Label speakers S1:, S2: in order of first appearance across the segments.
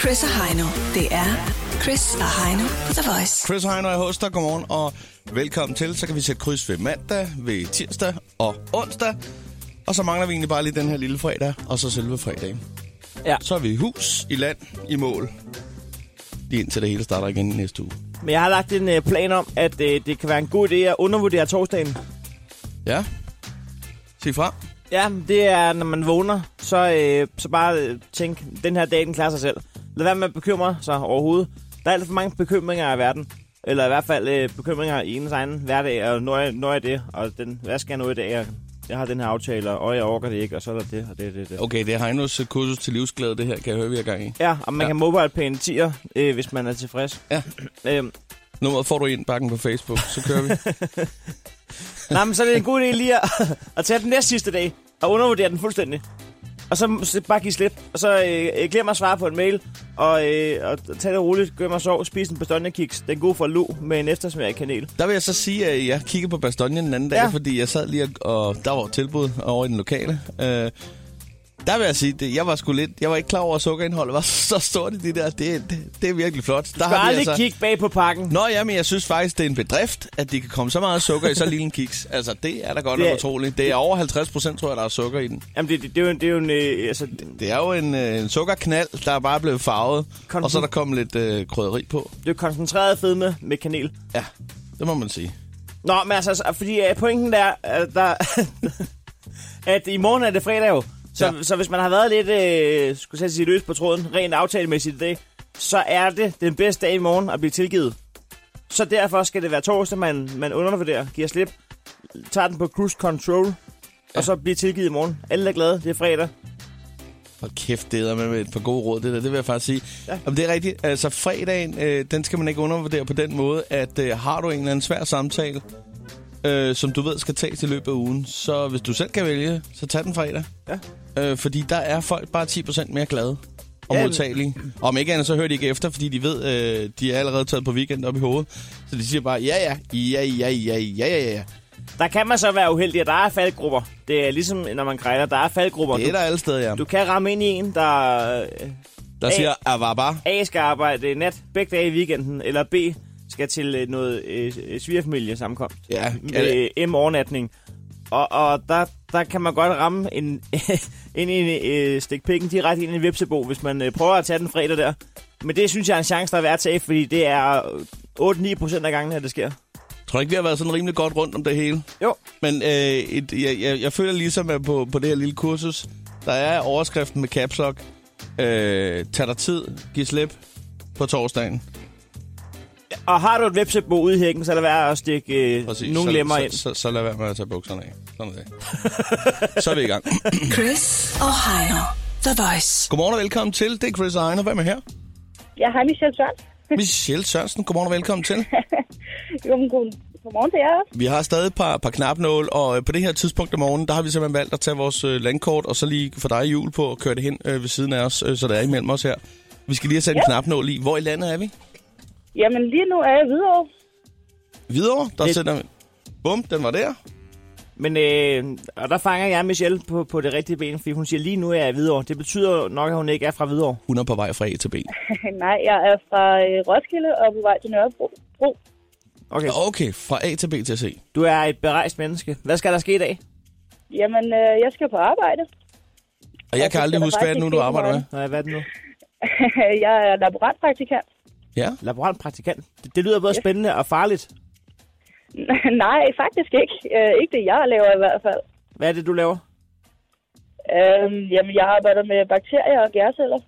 S1: Chris og Heino. Det er Chris og Heino på The Voice.
S2: Chris Heiner er hos dig. Godmorgen og velkommen til. Så kan vi sætte kryds ved mandag, ved tirsdag og onsdag. Og så mangler vi egentlig bare lige den her lille fredag, og så selve fredagen.
S3: Ja.
S2: Så er vi i hus, i land, i mål. Lige indtil det hele starter igen i næste uge.
S3: Men jeg har lagt en øh, plan om, at øh, det kan være en god idé at undervurdere torsdagen.
S2: Ja. Sig fra.
S3: Ja, det er, når man vågner, så, øh, så bare øh, tænk, den her dag, den klarer sig selv. Lad være med at bekymre sig overhovedet. Der er alt for mange bekymringer i verden. Eller i hvert fald øh, bekymringer i ens egen hverdag, og når jeg, når jeg det, og den, hvad skal jeg nå i dag? Jeg, jeg har den her aftale, og jeg overgår det ikke, og så er der det, og det, det, det.
S2: Okay, det er Heinos øh, kursus til livsglæde, det her, kan jeg høre, vi er gang i.
S3: Ja, og man
S2: Ja.
S3: ja. kan mobile pæne 10'er, øh, hvis man er tilfreds.
S2: Ja.
S3: Øhm,
S2: Nummeret får du ind bakken på Facebook, så kører vi.
S3: Nej, men så er det en god idé lige at, at tage den næste sidste dag og undervurdere den fuldstændig. Og så, så bare give slip. Og så øh, øh, glem at svare på en mail. Og, øh, og tage det roligt. Gør mig sov. Spis en beståndekiks. Den er god for lu med en eftersmag i kanel.
S2: Der vil jeg så sige, at jeg kiggede på Bastonien den anden dag, ja.
S3: Ja.
S2: fordi jeg sad lige og, og der var et tilbud over i den lokale. Øh, der vil jeg sige, at jeg var sgu lidt, jeg var ikke klar over, at sukkerindholdet var så stort i det der. Det, det, det er virkelig flot. Der
S3: Du skal aldrig altså... kigge bag på pakken.
S2: Nå ja, men jeg synes faktisk, det er en bedrift, at de kan komme så meget sukker i så lille en kiks. Altså, det er da godt
S3: Det
S2: nok
S3: er-
S2: utroligt. Det er over 50 procent, tror jeg, der er sukker i den.
S3: Jamen, det, det, det, er jo, en- det er jo en... Øh, altså, det
S2: Det er jo en, øh, en sukkerknald, der er bare blevet farvet,
S3: Kom
S2: og så er
S3: nu.
S2: der kommet lidt øh, krydderi på.
S3: er jo koncentreret fedme med kanel.
S2: Ja, det må man sige.
S3: Nå, men altså, altså, fordi øh, pointen der, øh, der at i morgen er det fredag jo. Så,
S2: Ja.
S3: ja. så hvis man har været lidt, øh, skulle jeg sige, løs på tråden, rent aftalemæssigt i dag, så er det den bedste dag i morgen at blive tilgivet. Så derfor skal det være torsdag, man, man undervurderer, giver slip, tager den på cruise control, ja. og så bliver tilgivet i morgen. Alle er glade, det er fredag.
S2: Og kæft, det er med et par gode råd, det der. Det vil jeg faktisk sige. Ja.
S3: Ja.
S2: Jamen, det er rigtigt. Altså, fredagen, øh, den skal man ikke undervurdere på den måde, at øh, har du en eller anden svær samtale, øh, som du ved skal tages i løbet af ugen, så hvis du selv kan vælge, så tag den fredag.
S3: Ja.
S2: Øh, fordi der er folk bare 10% mere glade og
S3: Ja,
S2: ja,
S3: men-
S2: modtagelige. Og om ikke andet, så hører de ikke efter, fordi de ved, øh, de er allerede taget på weekend op i hovedet. Så de siger bare, ja, ja, ja, ja, ja, ja, ja, ja.
S3: Der kan man så være uheldig, at der er faldgrupper. Det er ligesom, når man grejler, der er faldgrupper.
S2: Det er
S3: Du,
S2: der alle steder, ja.
S3: du kan ramme ind i en, der øh,
S2: Der siger, ah, var bare.
S3: A skal arbejde i nat, begge dage i weekenden, eller B skal til øh, noget øh, svigerfamilie sammenkomst
S2: Ja,
S3: med øh, M overnatning. Og, og der, der kan man godt ramme en, ind i en øh, stik pikken direkte ind i en vipsebo, hvis man øh, prøver at tage den fredag der. Men det synes jeg er en chance, der er værd at tage, fordi det er 8-9 procent af gangene, at det sker.
S2: Tror du ikke, vi har været sådan rimelig godt rundt om det hele?
S3: Jo.
S2: Men øh, et, jeg, jeg, jeg føler ligesom, at på, på det her lille kursus, der er overskriften med caps lock. Øh, tag dig tid, giv slip på torsdagen.
S3: Og har du et vipsebo ude i hækken, så er det værd at stikke øh, nogle
S2: så,
S3: lemmer
S2: så,
S3: ind.
S2: Så, så, så lad være med at tage bukserne af. Sådan er det. så er vi i gang.
S1: Chris og Heino. The Voice.
S2: Godmorgen og velkommen til. Det er Chris Ejner. Hvem er her?
S4: Jeg har Michelle Sørensen.
S2: Michelle Sørensen. Godmorgen og velkommen til.
S4: Jo, men god, godmorgen til jer også.
S2: Vi har stadig et par, par knapnål, og øh, på det her tidspunkt om morgenen, der har vi simpelthen valgt at tage vores øh, landkort, og så lige få dig hjul på og køre det hen øh, ved siden af os, øh, så der er imellem os her. Vi skal lige have sat en
S4: Ja.
S2: knapnål i. Hvor i landet er vi?
S4: Jamen, lige nu er jeg videre.
S2: Hvidovre, der det...
S3: Det-
S2: sætter vi... Bum, den var der.
S3: Men øh, og der fanger jeg Michelle på, på det rigtige ben, fordi hun siger, lige nu er jeg i Hvidovre. Det betyder jo nok, at hun ikke er fra Hvidovre.
S2: Hun er på vej fra A til B.
S4: Nej, jeg er fra øh, Roskilde og på vej til Nørrebro. Bro.
S3: Okay.
S2: Okay, fra A til B til C.
S3: Du er et berejst menneske. Hvad skal der ske i dag?
S4: Jamen, øh, jeg skal på arbejde.
S2: Og jeg
S4: Jeg
S2: kan
S4: synes,
S2: aldrig
S4: den er
S2: huske, hvad er det nu
S4: faktisk
S2: du
S4: ikke
S2: arbejder med.
S4: meget.
S3: Nej, hvad er det nu?
S4: jeg er laborantpraktikant.
S2: Ja,
S3: Laborantpraktikant. Det, det lyder både spændende og farligt.
S4: Nej, faktisk ikke. Øh, ikke det, jeg laver i hvert fald.
S3: Hvad er det, du laver?
S4: Øhm, jamen, jeg arbejder med bakterier og gærceller.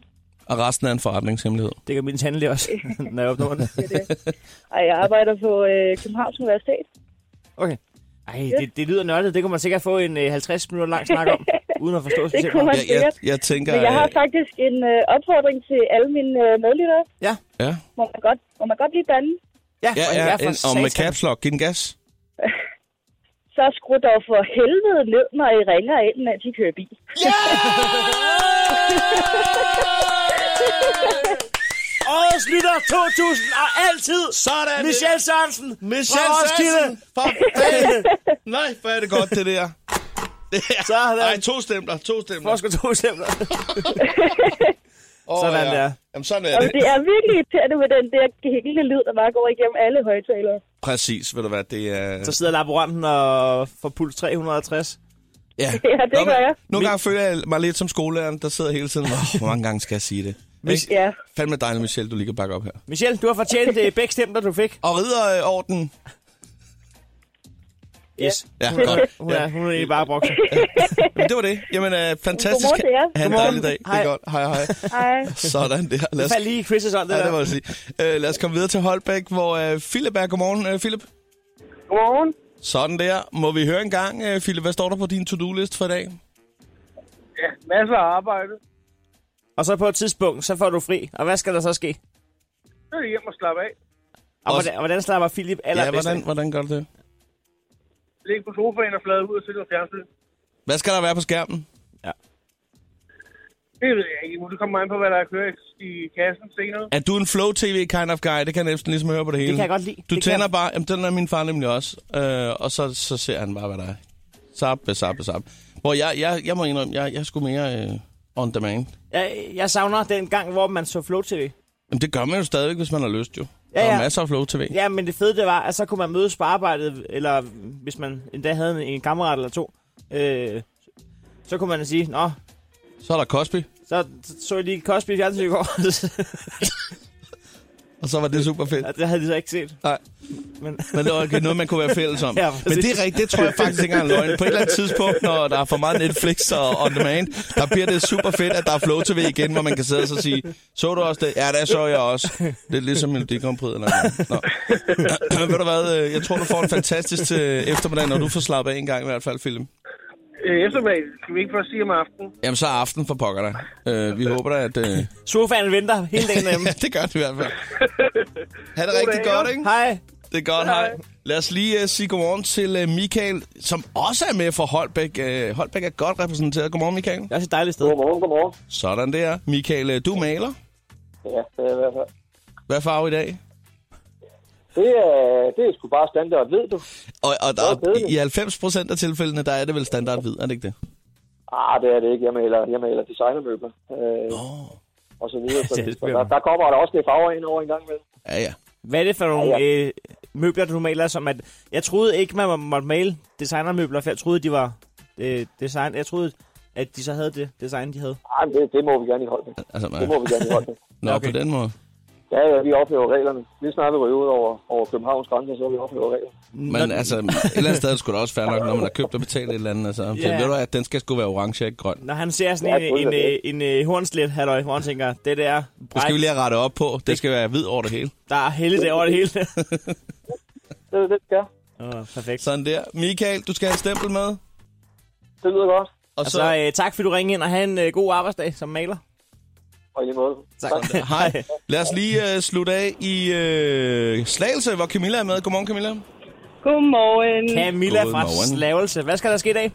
S2: og resten er en forretningshemmelighed.
S3: Det kan min tandlæge også, når jeg åbner munden.
S4: Det er det. Og jeg arbejder på øh, Københavns Universitet.
S3: Okay. Ej, det, det lyder nørdet. Det kunne man sikkert få en øh, 50 minutter lang snak om, uden at forstå sig selv.
S4: kunne man.
S2: Jeg, jeg,
S4: sikkert.
S2: jeg tænker...
S4: Men jeg har
S2: øh,
S4: faktisk en øh, opfordring til alle mine øh, medlyttere.
S3: Ja,
S2: Ja,
S4: Må man godt, må man godt blive bandet,
S3: ja,
S2: ja, ja,
S3: for
S2: ja en, og med
S3: satan.
S2: caps lock. Giv den gas.
S4: så skru dog for helvede ned, når I ringer ind, mens I kører bil.
S3: Årets lytter 2000 og altid
S2: Sådan!
S3: Michelle Sørensen
S2: Michelle
S3: fra Roskilde.
S2: Sørensen! For fanden! Nej, hvor er det godt, det der. Det er-
S3: Sådan.
S2: Ej, to stempler, to stempler.
S3: Hvor skal to eksempler?
S2: Åh,
S3: Sådan der.
S2: Jamen, sådan er
S4: Og
S2: det.
S4: Altså, det er virkelig irriterende med den der hækkende lyd, der bare går igennem alle højtalere.
S2: Præcis, ved du hvad, det er...
S3: Så sidder laboranten og får puls 360.
S2: Ja,
S4: Ja, det
S2: men
S4: gør jeg.
S2: Nogle gange føler jeg mig lidt som skolelæreren, der sidder hele tiden. Oh, hvor mange gange skal jeg sige det? Hvis...
S4: Ja.
S2: Fandme dejligt, Michelle, du lige kan bakke op her.
S3: Michelle, du har fortjent øh, begge stempler, du fik.
S2: Og ridderorden.
S3: Yes.
S2: Ja,
S3: Hun, er,
S2: godt.
S3: hun, er, hun er egentlig bare brugt.
S2: Men det var det. Jamen, øh, fantastisk.
S4: Godmorgen til jer.
S2: Ha' en dejlig dag. Det er
S3: Hej.
S2: godt. Hej, hej.
S4: Hej.
S2: Sådan der. Lad os,
S3: Fald lige i Chris' ånd, det
S2: ja, det må
S3: der.
S2: jeg sige. Øh, lad os komme videre til Holbæk, hvor øh, Philip er. Godmorgen, øh, Philip.
S4: Godmorgen.
S2: Sådan der. Må vi høre en gang, øh, Philip, hvad står der på din to-do-list for i dag?
S5: Ja, masser af arbejde.
S3: Og så på et tidspunkt, så får du fri. Og hvad skal der så ske?
S5: Så er det hjem og slappe af.
S3: Og
S2: Også-
S3: hvordan, og hvordan slapper Philip
S2: Ja,
S3: allerbedst?
S2: hvordan,
S3: af?
S2: hvordan gør du det?
S5: Ligge på sofaen og flade ud og sætte noget fjernsyn.
S2: Hvad skal der være på skærmen?
S5: Det ved jeg ikke. Det kommer an på, hvad der er kører i kassen senere.
S2: Er du en flow tv kind of guy? Det kan jeg næsten ligesom høre på det hele.
S3: kan jeg godt lide.
S2: Du
S3: Det kan
S2: tænder
S3: jeg.
S2: bare... Jamen, den er min far nemlig også. Øh, og så, så ser han bare, hvad der er. Zappe, zappe, zappe. Hvor jeg, jeg, jeg må indrømme, jeg, jeg er sgu mere øh, on demand.
S3: Jeg, jeg savner den gang, hvor man så Flow TV.
S2: Jamen, det gør man jo stadigvæk, hvis man har lyst, jo.
S3: Ja,
S2: Der er
S3: ja.
S2: masser af flow tv.
S3: Ja, men det fede det var, at så kunne man mødes på arbejdet, eller hvis man endda havde en, en kammerat eller to, øh, så kunne man sige, nå,
S2: Så er der Cosby,
S3: så så jeg lige Cosby i fjernsynet i går.
S2: og så var det super fedt.
S3: Ja, det havde de så ikke set.
S2: Nej.
S3: Men,
S2: Men det var ikke noget, man kunne være fælles om.
S3: Ja,
S2: Men
S3: præcis.
S2: det er rigtigt, det tror jeg faktisk ikke engang er løgn. På et eller andet tidspunkt, når der er for meget Netflix og on demand, der bliver det super fedt, at der er Flow TV igen, hvor man kan sidde og så sige, så du også det? Ja, det så jeg også. Det er ligesom Melodi Grand Prix eller noget. Nå. Ved du hvad, øh, jeg tror, du får en fantastisk øh, eftermiddag, når du får slappet af en gang i hvert fald, film.
S5: Øh, eftermiddag skal vi ikke først sige om aftenen.
S2: Jamen, så er aften for pokker dig. Øh, vi håber da, at... Øh...
S3: sofaen venter hele dagen derhjemme.
S2: Ja, det gør det i hvert fald. Ha' det rigtig
S5: dag,
S2: godt,
S5: jo.
S2: ikke?
S3: Hej.
S2: Det er godt, hej. Lad os lige uh, sige godmorgen til uh, Michael, som også er med fra Holbæk. Uh, Holbæk er godt repræsenteret. Godmorgen, Michael.
S3: Det er også et dejligt sted.
S5: Godmorgen, godmorgen.
S2: Sådan der. Michael, øh, du er maler.
S5: Ja, det er i hvert fald.
S2: Hvad farve i dag?
S5: Det er, det er sgu bare standard, ved du.
S2: Og, og der,
S5: Hvor kedeligt.
S2: i 90 procent af tilfældene, der er det vel standard hvid, er det ikke det?
S5: Ah, det er det ikke. Jeg maler, jeg maler designermøbler øh,
S2: Åh, oh,
S5: og så videre. Så,
S3: Det er
S5: så der, der, kommer der også lidt farver ind over en gang imellem.
S2: ja ja.
S3: Hvad er det for nogle
S5: Ja,
S3: øh, møbler, du maler som at... Jeg troede ikke, man må- måtte male designermøbler, for jeg troede, de var øh, design... Jeg troede, at de så havde det design, de havde.
S5: Ah, men det, det, må vi gerne i holde med.
S2: Altså, man,
S5: Det må vi gerne i holde med.
S2: nå,
S3: Okay.
S2: på den måde.
S5: Ja, ja, vi ophæver reglerne. Lige snart vi ryger ud over, over Københavns grænser, så vi ophæver reglerne.
S2: Men altså, et eller andet sted er det sgu da også fair nok, når man har købt og betalt et eller andet. Altså, yeah.
S3: Ja.
S2: Ved du at den skal sgu være orange og ikke grøn.
S3: Når han ser sådan
S5: Ja,
S3: en, en, en,
S5: fuldstændig.
S3: en, en øh, hornslet, halløj, hvor han tænker, det der
S2: Det skal vi
S3: bræk,
S2: lige have rettet op på. Det skal være hvid over det hele.
S3: der er heldigt over det hele.
S5: Det er det, det gør.
S3: oh, perfekt. Så,
S2: Sådan der. Michael, du skal have et stempel med.
S5: Det lyder godt.
S2: Og
S3: så
S2: så...
S3: øh, tak, fordi du ringede ind, og have en øh, god arbejdsdag som maler.
S5: Og i lige måde.
S3: Tak.
S2: Hej. Lad os lige øh, slutte af i øh, Slagelse, hvor Camilla er med. Godmorgen, Camilla.
S4: Godmorgen.
S3: Camilla
S2: God
S3: fra
S2: morgen.
S3: Slavelse. Hvad skal der ske i dag?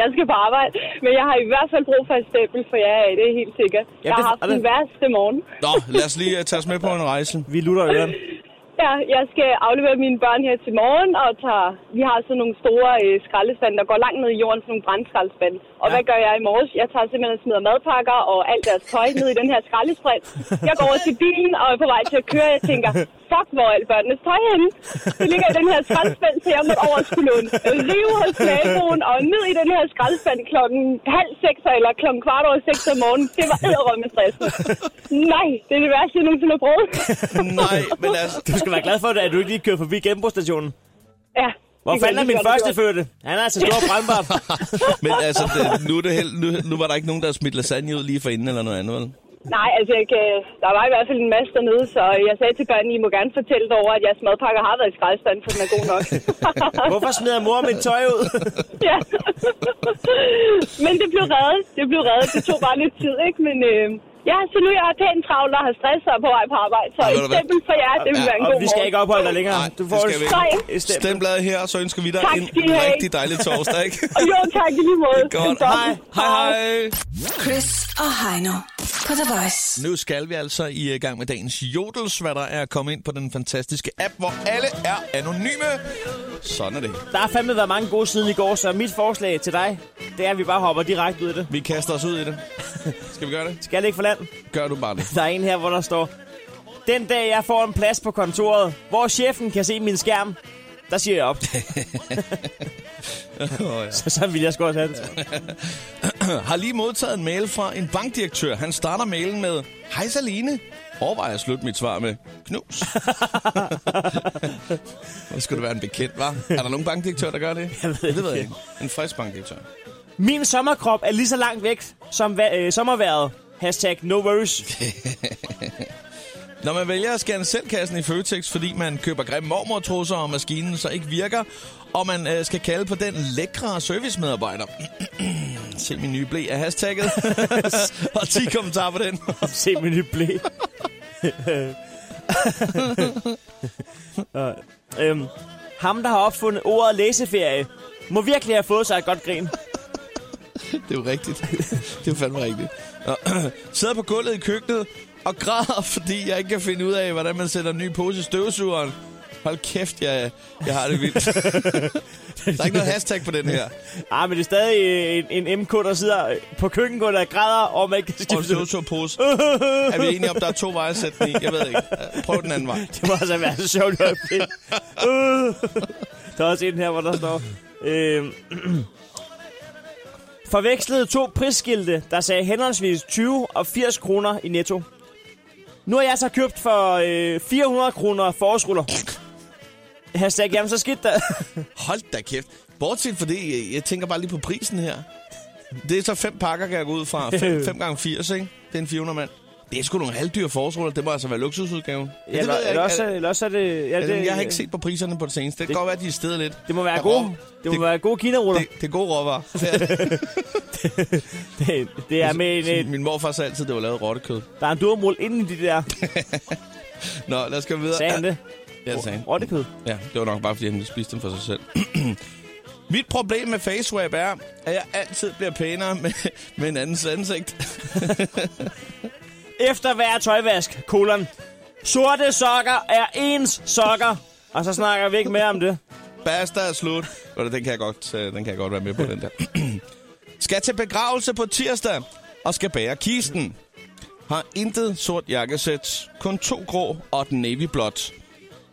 S4: Jeg skal på arbejde, men jeg har i hvert fald brug for et stempel, for jeg er det er helt sikkert.
S3: Ja,
S4: jeg
S3: det-
S4: har haft
S3: og det-
S4: den værste morgen.
S2: Nå, lad os lige øh, tage os med på en rejse.
S3: Vi lutter øren.
S4: Ja, jeg skal aflevere mine børn her til morgen, og tager, vi har sådan nogle store øh, skraldespande, der går langt ned i jorden, sådan nogle brændskraldespande. Og
S3: Ja.
S4: ja. hvad gør jeg i morges? Jeg tager simpelthen og smider madpakker og alt deres tøj ned i den her skraldespand. Jeg går over til bilen og er på vej til at køre, og jeg tænker, fuck, hvor er alt børnenes tøj henne? Det ligger i den her skraldespand, så jeg må over og skulle låne rive hos naboen og ned i den her skraldespand klokken halv seks eller klokken kvart over seks om morgenen. Det var edderrømme stresset. Nej, det er det værste, jeg nogensinde har prøvet.
S2: Nej, men altså...
S3: Du skal være glad for, at du ikke lige kører forbi genbrugsstationen.
S4: Ja.
S3: Hvor
S4: det kan
S3: fanden er
S4: jeg lige gøre,
S3: min
S4: det
S3: første fødte? Han er altså stor brandbar.
S2: Men altså, det, nu, er det held, nu, nu var der ikke nogen, der smidte lasagne ud lige for inden eller noget andet, vel?
S4: Nej, altså, jeg kan, der var i hvert fald en masse dernede, så jeg sagde til børnene, I må gerne fortælle dig over, at jeres madpakker har været i skraldespanden, for den er god nok.
S3: Hvorfor smider mor mit tøj ud?
S4: ja. Men det blev reddet. Det blev reddet. Det tog bare lidt tid, ikke? Men øh, ja, så nu er jeg pænt travl og har stress og er på vej på arbejde. Så
S2: Ej, ved
S4: et
S2: du hvad?
S4: stempel for jer, det vil
S2: Ja,
S4: være en god
S3: Og vi skal
S4: morgen.
S3: ikke opholde dig længere.
S2: Nej,
S3: Du
S2: det
S3: får
S2: skal vi
S4: Nej.
S3: et stempel.
S2: Stembladet her, så ønsker vi dig
S4: Tak
S2: en
S4: skal I have.
S2: rigtig dejlig torsdag, ikke?
S4: Jo, tak i lige måde.
S2: Godt.
S4: Sådan.
S2: Hej, hej. hej.
S1: Chris og Heino på The Voice.
S2: Nu skal vi altså i øh, gang med dagens jodels, hvad der er at komme ind på den fantastiske app, hvor alle er anonyme. Sådan er det.
S3: Der har fandme været mange gode siden i går, så mit forslag til dig, det er, at vi bare hopper direkte ud af det.
S2: Vi kaster os ud i det. Skal vi gøre det?
S3: Skal jeg ikke for land?
S2: Gør du bare det.
S3: Der er en her, hvor der står, den dag jeg får en plads på kontoret, hvor chefen kan se min skærm, der siger jeg op.
S2: Oh,
S3: Så, så vil jeg sgu også have den.
S2: ja. Har lige modtaget en mail fra en bankdirektør. Han starter mailen med, Hej Saline. Overvej at slutte mit svar med, knus. det skulle det være en bekendt, var? Er der nogen bankdirektør, der gør det? Jeg
S3: ved ikke.
S2: Det ved jeg ikke. En frisk bankdirektør.
S3: Min sommerkrop er lige så langt væk som va- øh, sommerværet. Hashtag no worries.
S2: Når man vælger at scanne selvkassen i Føtex, fordi man køber grimme mormortrusser, og maskinen så ikke virker, og man øh, skal kalde på den lækre servicemedarbejder. Se min nye blæ af hashtagget. og 10 kommentarer på den.
S3: Se min nye blæ. Og, øhm, ham, der har opfundet ordet læseferie, må virkelig have fået sig et godt grin.
S2: Det er jo rigtigt. Det er jo fandme rigtigt. Nå, Sidder på gulvet i køkkenet og græder, fordi jeg ikke kan finde ud af, hvordan man sætter en ny pose i støvsugeren. Hold kæft, jeg, jeg har det vildt. Der er ikke noget hashtag på den her.
S3: Ah, men det er stadig øh, en, en MK, der sidder øh, på køkkengulvet og græder over, at man ikke kan
S2: Og en
S3: skifte
S2: støvsugerpose. Er vi enige om, der er to veje at sætte den i? Jeg ved ikke. Øh, Prøv den anden vej.
S3: Det må altså være så sjovt at finde. Uh. Der er også en her, hvor der står... Øh, forvekslede to prisskilte, der sagde henholdsvis 20 og 80 kroner i netto. Nu har jeg så købt for øh, 400 kroner forårsruller. Hashtag, jamen så skidt der.
S2: Hold da kæft. Bortset fra det, jeg- jeg tænker bare lige på prisen her. Det er så fem pakker, kan jeg gå ud fra. 5, 5 gange 80, ikke? Det er en 400 mand. Det er sgu nogle halvdyr forårsruller. Det må altså være luksusudgaven. Ja, det
S3: eller,
S2: ved jeg ikke.
S3: eller, også,
S2: Er-
S3: eller også er det... Ja,
S2: er
S3: det
S2: det, jeg har ikke set på priserne på det seneste. Det kan
S3: det-
S2: godt være, at de er steget lidt.
S3: Det må være
S2: Der
S3: gode,
S2: rå-
S3: det må
S2: det-
S3: være gode kinaruller.
S2: Det, det er gode råvarer. Det
S3: Det, det er med
S2: er,
S3: en, øh,
S2: min morfar sagde altid, det var lavet af rottekød.
S3: der er en durmul inden i det der.
S2: Nå, lad os gå videre.
S3: Sagde han det?
S2: Ja, det sagde han.
S3: Rottekød.
S2: Ja, det var nok bare, fordi han ville spise dem for sig selv. Mit problem med facewap er, at jeg altid bliver pænere med, med en andens ansigt.
S3: Efter hver tøjvask, kolon. Sorte sokker er ens sokker. Og så snakker vi ikke mere om det.
S2: Basta er slut. Nå, Den kan, jeg godt, øh, den kan jeg godt være med på, den der. skal til begravelse på tirsdag, og skal bære kisten. Har intet sort jakkesæt, kun to grå og den navy blot.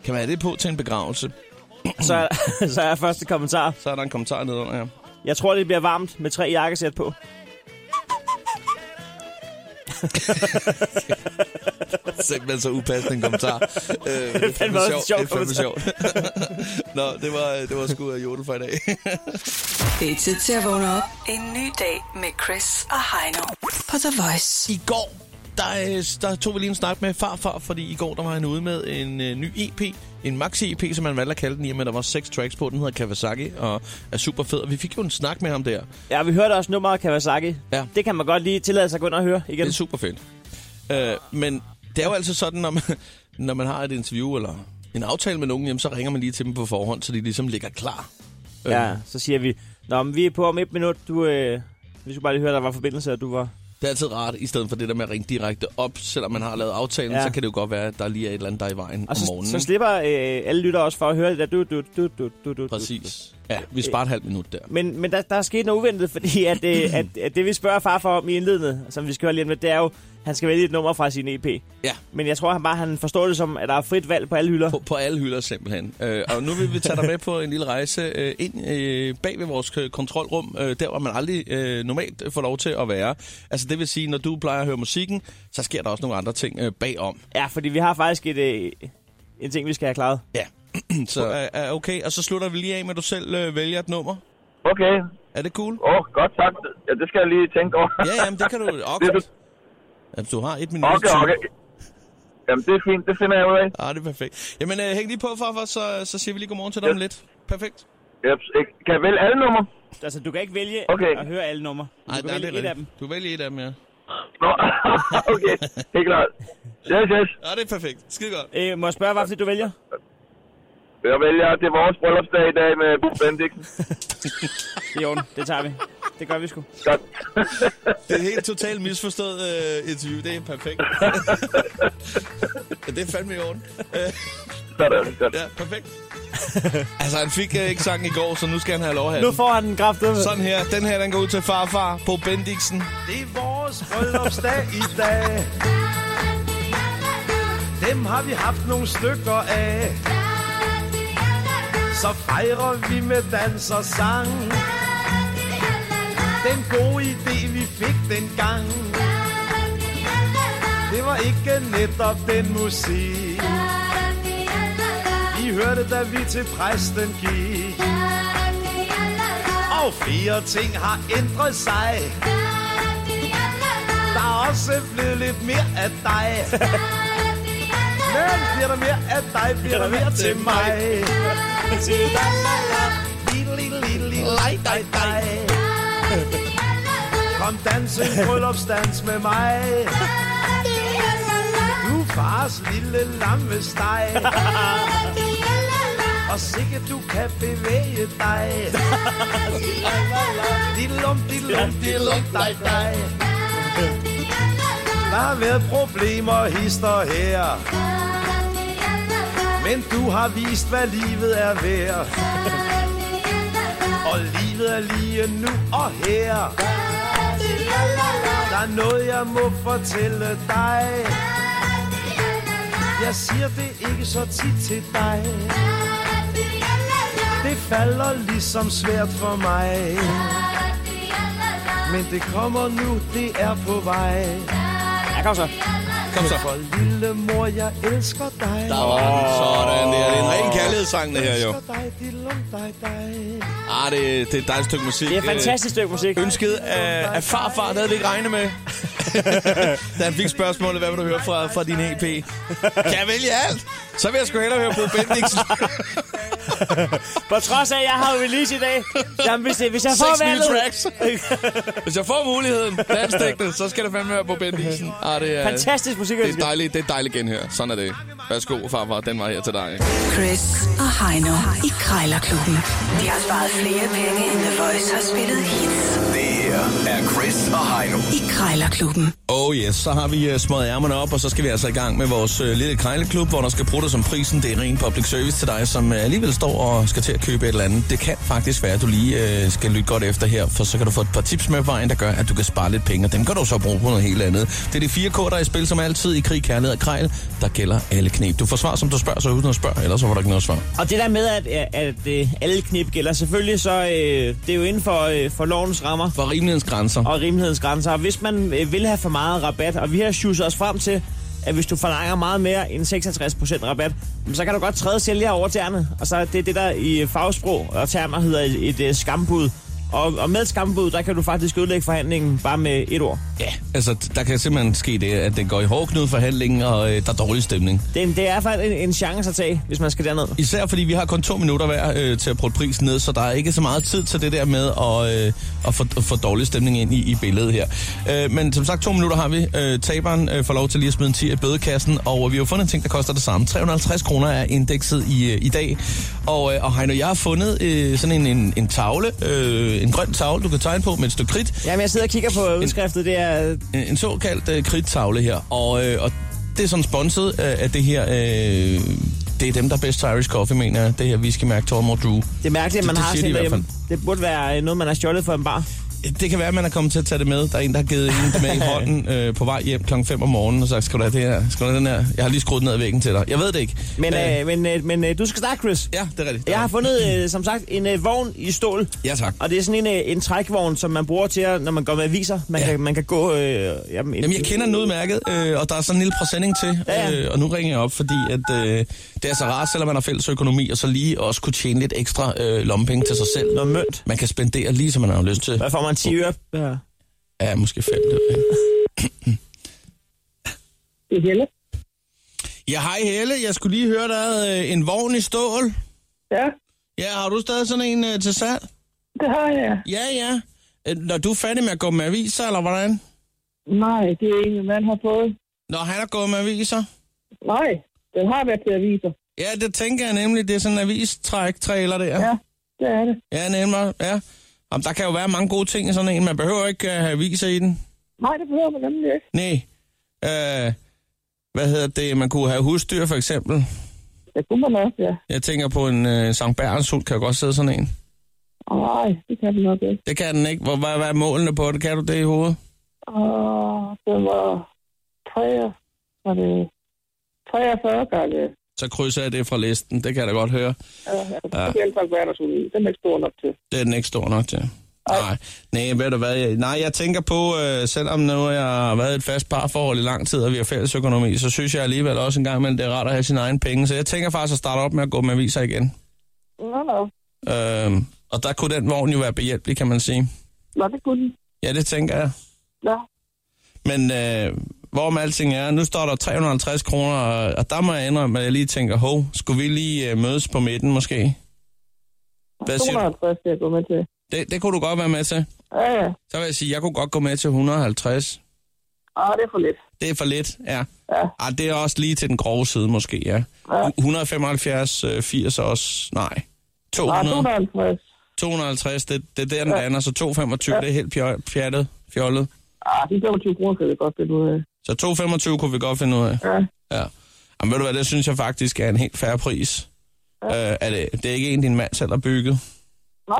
S2: Kan man have det på til en begravelse?
S3: Så, så er første kommentar.
S2: Så er der en kommentar nedenunder her.
S3: Jeg tror, det bliver varmt med tre jakkesæt på.
S2: Simpelthen så upassende en kommentar. øh, det er
S3: fandme også en sjov
S2: Det er fandme sjovt. Nå, det var, øh, det var sgu af jodel for i dag.
S1: Det er tid til at vågne op. En ny dag med Chris og Heino på The Voice.
S2: I går, der, øh, der tog vi lige en snak med farfar, fordi i går der var han ude med en øh, ny EP. En maxi-EP, som man valgte at kalde den, i og med, der var seks tracks på. Den hedder Kawasaki og er super fed. Og vi fik jo en snak med ham der.
S3: Ja, vi hørte også nummeret Kawasaki.
S2: Ja.
S3: Det kan man godt lige tillade sig at gå ind og høre igen.
S2: Det er super fedt. Øh, men det er jo altså sådan, når man, når man har et interview eller en aftale med nogen, jamen, så ringer man lige til dem på forhånd, så de ligesom ligger klar. Øh,
S3: Ja, så siger vi, Nå, men vi er på om et minut. Du, øh, vi skulle bare lige høre, der var forbindelse, og du var...
S2: Det er altid rart, i stedet for det der med at ringe direkte op, selvom man har lavet aftalen, ja.
S3: Ja.
S2: så kan det jo godt være, at der lige er et eller andet, der er i vejen
S3: Og
S2: om
S3: så,
S2: morgenen.
S3: så slipper øh, alle lytter også for at høre det der... Du, du, du, du, du, du,
S2: Præcis. Ja, vi sparer et halvt minut der.
S3: Men, men der, der er sket noget uventet, fordi at, øh, at, at det, vi spørger far for om i indledende, som vi skal høre lige om lidt, det er jo, han skal vælge et nummer fra sin EP.
S2: Ja.
S3: Men jeg tror han bare, han forstår det som, at der er frit valg på alle hylder.
S2: På, på alle hylder simpelthen. Øh, og nu vil vi tage dig med på en lille rejse øh, ind øh, bag ved vores øh, kontrolrum, øh, der hvor man aldrig øh, normalt får lov til at være. Altså det vil sige, når du plejer at høre musikken, så sker der også nogle andre ting øh, bagom.
S3: Ja, fordi vi har faktisk et, øh, en ting, vi skal have klaret.
S2: Ja. så øh, er okay, og så slutter vi lige af med, at du selv øh, vælger et nummer.
S5: Okay.
S2: Er det cool?
S5: Åh, oh, godt tak. Ja, det skal jeg lige tænke over.
S2: Ja, jamen det kan du. Okay.
S5: Det er-
S2: Jamen, du har et minut.
S5: Okay, okay. Jamen, det er fint. Det finder jeg ud af.
S2: Ah, det er perfekt. Jamen, øh, hæng lige på, farfar, så, så siger vi lige godmorgen til dig om
S5: Ja.
S2: lidt. Perfekt.
S5: Jeps. Ikke- Kan jeg vælge alle numre?
S3: Altså, du kan ikke vælge
S5: Okay.
S3: at høre alle numre. Du
S2: Ej,
S3: kan
S2: nej,
S3: vælge
S2: det er
S3: et af dem.
S2: rigtigt. Du vælger et af dem, ja.
S5: Nå, okay. Helt klart. Yes, yes.
S2: Ja, Ah, det er perfekt. Skide godt.
S3: Øh, må jeg spørge, hvorfor du vælger?
S5: Jeg vælger, det er vores bryllupsdag i dag med Bo Bendiksen.
S3: Jo, det tager vi. det gør vi sgu.
S5: Godt.
S2: Det er et helt totalt misforstået øh, interview. Det er perfekt. ja, det er fandme i orden. Øh,
S5: Sådan. Godt.
S2: ja, perfekt. altså, han fik øh, ikke sangen i går, så nu skal han have lov at have
S3: Nu
S2: den.
S3: får han den kraft med.
S2: Sådan her. Den her, den går ud til farfar på Bendiksen.
S6: Det er vores bryllupsdag i dag. Dem har vi haft nogle stykker af. Så fejrer vi med dans og sang. Den gode idé, vi fik dengang. Det var ikke netop den musik. I hørte, da vi til præsten gik. Og fire ting har ændret sig. Der er også blevet lidt mere af dig. Men bliver der mere af dig, bliver der mere til mig. Til la la la, lille lille lille lille, lej dig dig. Kom dans en bryllupsdans med mig. Du er fars lille lammesteg. Og sikkert du kan bevæge dig. Dillum, dillum, dillum, dig, dig. Der har været problemer, hister her. Men du har vist, hvad livet er værd. Og livet er lige nu og her. Der er noget, jeg må fortælle dig. Jeg siger det ikke så tit til dig. Det falder ligesom svært for mig. Men det kommer nu, det er på vej.
S3: Ja, kom så.
S2: Kom så.
S6: For lille mor, jeg elsker dig.
S2: Der var den. Sådan der. Det er en ren kærlighedssang, det her jo.
S6: Elsker dig, dillum, dig, dig.
S2: Ah, det, det er et dejligt stykke musik.
S3: Det er et fantastisk stykke musik.
S2: Øh, Ønsket af, af farfar, det havde vi ikke regnet med. da han fik spørgsmålet, hvad vil du høre fra, fra din EP? kan jeg vælge alt? Så vil jeg sgu hellere høre på Bendiksen.
S3: På trods af, at jeg har release i dag. Jamen, hvis, øh, hvis jeg får
S2: Seks nye
S3: valget...
S2: tracks. Hvis jeg får muligheden, landstægtet, så skal det fandme høre på Bendiksen. Ah, det er,
S3: Fantastisk
S2: det er
S3: musikønske.
S2: dejligt, det er dejligt igen her. Sådan er det. Værsgo, farfar, den var her til dig.
S1: Chris og Heino i Krejlerklubben. De har sparet flere penge, end The Voice har spillet hits
S7: Det her er Chris og Heino.
S1: i Krejlerklubben.
S2: Oh yes, så har vi uh, smået ærmerne op, og så skal vi altså i gang med vores uh, lille krejleklub, hvor der skal bruge som prisen. Det er ren public service til dig, som uh, alligevel står og skal til at købe et eller andet. Det kan faktisk være, at du lige uh, skal lytte godt efter her, for så kan du få et par tips med på vejen, der gør, at du kan spare lidt penge, og dem kan du så bruge på noget helt andet. Det er de fire kår, der er i spil som altid i krig, kærlighed og krejl. Der gælder alle knep. Du får svar, som du spørger, så uden at spørge, ellers så var der ikke noget svar.
S3: Og det der med, at, at, at øh, alle knip gælder, selvfølgelig så øh, det er jo inden for, øh, for lovens rammer
S2: For rimelighedens grænser.
S3: og rimelighedens grænser. Og hvis man øh, vil have for meget rabat, og vi har sjusset os frem til, at hvis du forlanger meget mere end 56% rabat, jamen, så kan du godt træde sælger over tæerne. Og så er det det, der i fagsprog og termer hedder et, et øh, skambud. Og, og med et skambud, der kan du faktisk ødelægge forhandlingen bare med et ord.
S2: Ja, altså der kan simpelthen ske det, at den går i hårdknud forhandlingen, og øh, der er dårlig stemning.
S3: Det, er- det er i hvert fald en, en chance at tage, hvis man skal derned.
S2: Især fordi vi har kun to minutter hver øh, til at prøve prisen ned, så der er ikke så meget tid til det der med at, øh, at, få, at få dårlig stemning ind i, i billedet her. Øh, men som sagt, to minutter har vi. Øh, taberen øh, får lov til lige at smide en 10 i bødekassen, og øh, vi har jo fundet en ting, der koster det samme. 350 kroner er indekset i, øh, i dag. Og, øh, og Heino, jeg har fundet øh, sådan en, en, en tavle, øh, en grøn tavle, du kan tegne på med et stykke kridt.
S3: Jamen, jeg sidder og kigger på udskriftet, det er...
S2: En, en såkaldt øh, kridtavle her, og, øh, og det er sådan sponset øh, af det her... Øh, det er dem, der er bedst til Irish Coffee, mener jeg. Det her whiskymærke Tormod Drew.
S3: Det er mærkeligt, at man
S2: Det- det
S3: har
S2: siger
S3: sådan
S2: de i hvert
S3: derhjemme. Det burde være øh, noget, man har stjålet for en bar.
S2: Det kan være, at man er kommet til at tage det med. Der er en, der har givet en med i hånden øh, på vej hjem klokken 5 om morgenen og sagt, skal du have det her? Skal du have den her? Jeg har lige skruet ned ad væggen til dig. Jeg ved det ikke.
S3: Men, øh, men, øh, men øh, du skal starte, Chris.
S2: ja, det er rigtigt.
S3: Jeg har fundet, øh, som sagt, en øh, vogn i stål.
S2: Ja, tak.
S3: Og det er sådan en, øh, en trækvogn, som man bruger til, at- når man går med aviser. Man,
S2: Ja.
S3: ja. kan, man kan gå... Øh, jamen, en,
S2: Jamen, jeg kender den udmærket, øh, og der er sådan en lille præsending til,
S3: Ja, ja.
S2: øh, og nu ringer jeg op, fordi at, øh, det er så rart, selvom man har fælles økonomi, og så lige også kunne tjene lidt ekstra øh, lommepenge til sig selv.
S3: Noget mønt.
S2: Man kan spendere lige, som man har lyst til.
S3: Hvad får man 10 øre? Ja.
S2: Ja, måske fem. Det ved jeg.
S4: Det er Helle.
S2: Ja, hej Helle. Jeg skulle lige høre, der er øh, en vogn i stål.
S4: Ja,
S2: Ja, har du stadig sådan en øh, til salg?
S4: det har jeg.
S2: Ja, ja. Øh, Når du er færdig med at gå med aviser, eller hvordan?
S4: Nej, det er en, man har fået.
S2: Når han er gået med aviser?
S4: Nej, den har været til aviser.
S2: Ja, det tænker jeg nemlig. Det er sådan en avistræk-trailer der.
S4: Ja, det er det.
S2: ja nemlig. Ja. Jamen, der kan jo være mange gode ting i sådan en. Man behøver ikke øh, have aviser i den.
S8: Nej, det behøver man nemlig ikke.
S2: Nej. Øh, hvad hedder det? Man kunne have husdyr, for eksempel.
S8: Det kunne man også, ja.
S2: Jeg tænker på en øh, Sankt Bærens hund, kan jo godt sidde sådan en.
S8: Nej, det kan man nok ikke.
S2: Det kan den ikke. Hvor, hvad, hvad er målene på det? Kan du det i hovedet?
S8: Og det var 43, var det 43 gange.
S2: Så krydser jeg det fra listen. Det kan jeg da godt høre.
S8: Ja, jeg kan ja. hjælpe at være der sådan en. Den er ikke stor nok til.
S2: Det er den ikke stor nok til. Nej, nej, ved du hvad? Jeg, nej, jeg tænker på, øh, selvom nu jeg har været i et fast parforhold i lang tid, og vi har fælles økonomi, så synes jeg alligevel også en gang imellem, det er rart at have sine egne penge. Så jeg tænker faktisk at starte op med at gå med aviser igen.
S8: Nå, nå.
S2: Øhm, og der kunne den vogn jo være behjælpelig, kan man sige.
S8: Nå, det kunne den.
S2: Ja, det tænker jeg.
S8: Nå.
S2: Men øh, hvorom alting er, nu står der 350 kroner, og, og der må jeg indrømme, at jeg lige tænker, hov, skulle vi lige øh, mødes på midten måske? Hvad siger du?
S8: 250 skal jeg gå med til.
S2: Det, det kunne du godt være med til.
S8: Ja, ja.
S2: Så vil jeg sige, jeg kunne godt gå med til 150.
S8: Ah, det er for lidt.
S2: Det er for lidt, ja. ja. Ah, det er også lige til den grove side måske, ja. ja. 175, øh, 80 er også, nej.
S8: Ah,
S2: 200,
S8: 250.
S2: 250, det, det er der, den lander, så 225, det er helt pjo- pjattet, fjollet.
S8: Ah, de 25 kroner kan det godt finde ud af.
S2: Så 225 kunne vi godt finde ud af.
S8: Ja.
S2: Ja. Jamen ved du hvad, det synes jeg faktisk er en helt færre pris. Ja. Øh, er det, det er ikke en, din mand selv har bygget.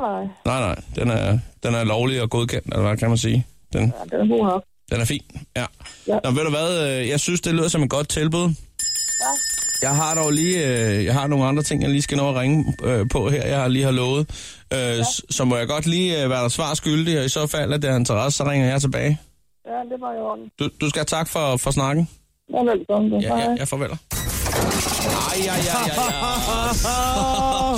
S8: Nej, nej.
S2: Nej, nej, den er, den er lovlig og godkendt, eller hvad kan man sige? Den,
S8: Ja, den er god nok.
S2: Den er fin, ja. ja.
S8: Ja.
S2: Nå, ved du hvad, øh, jeg synes, det lyder som et godt tilbud. Ja. Jeg har dog lige, øh, jeg har nogle andre ting, jeg lige skal nå at ringe øh, på her, jeg har lige har lovet. Øh, ja. Så må jeg godt lige øh, være dig svar skyldig, og i så fald, at det er interesse, så ringer jeg tilbage.
S8: Ja, det var i orden.
S2: Du, du skal have tak for, for snakken.
S8: Ja, velkommen.
S2: Ja, ja, jeg farveler. Ej, ja, ja, ja,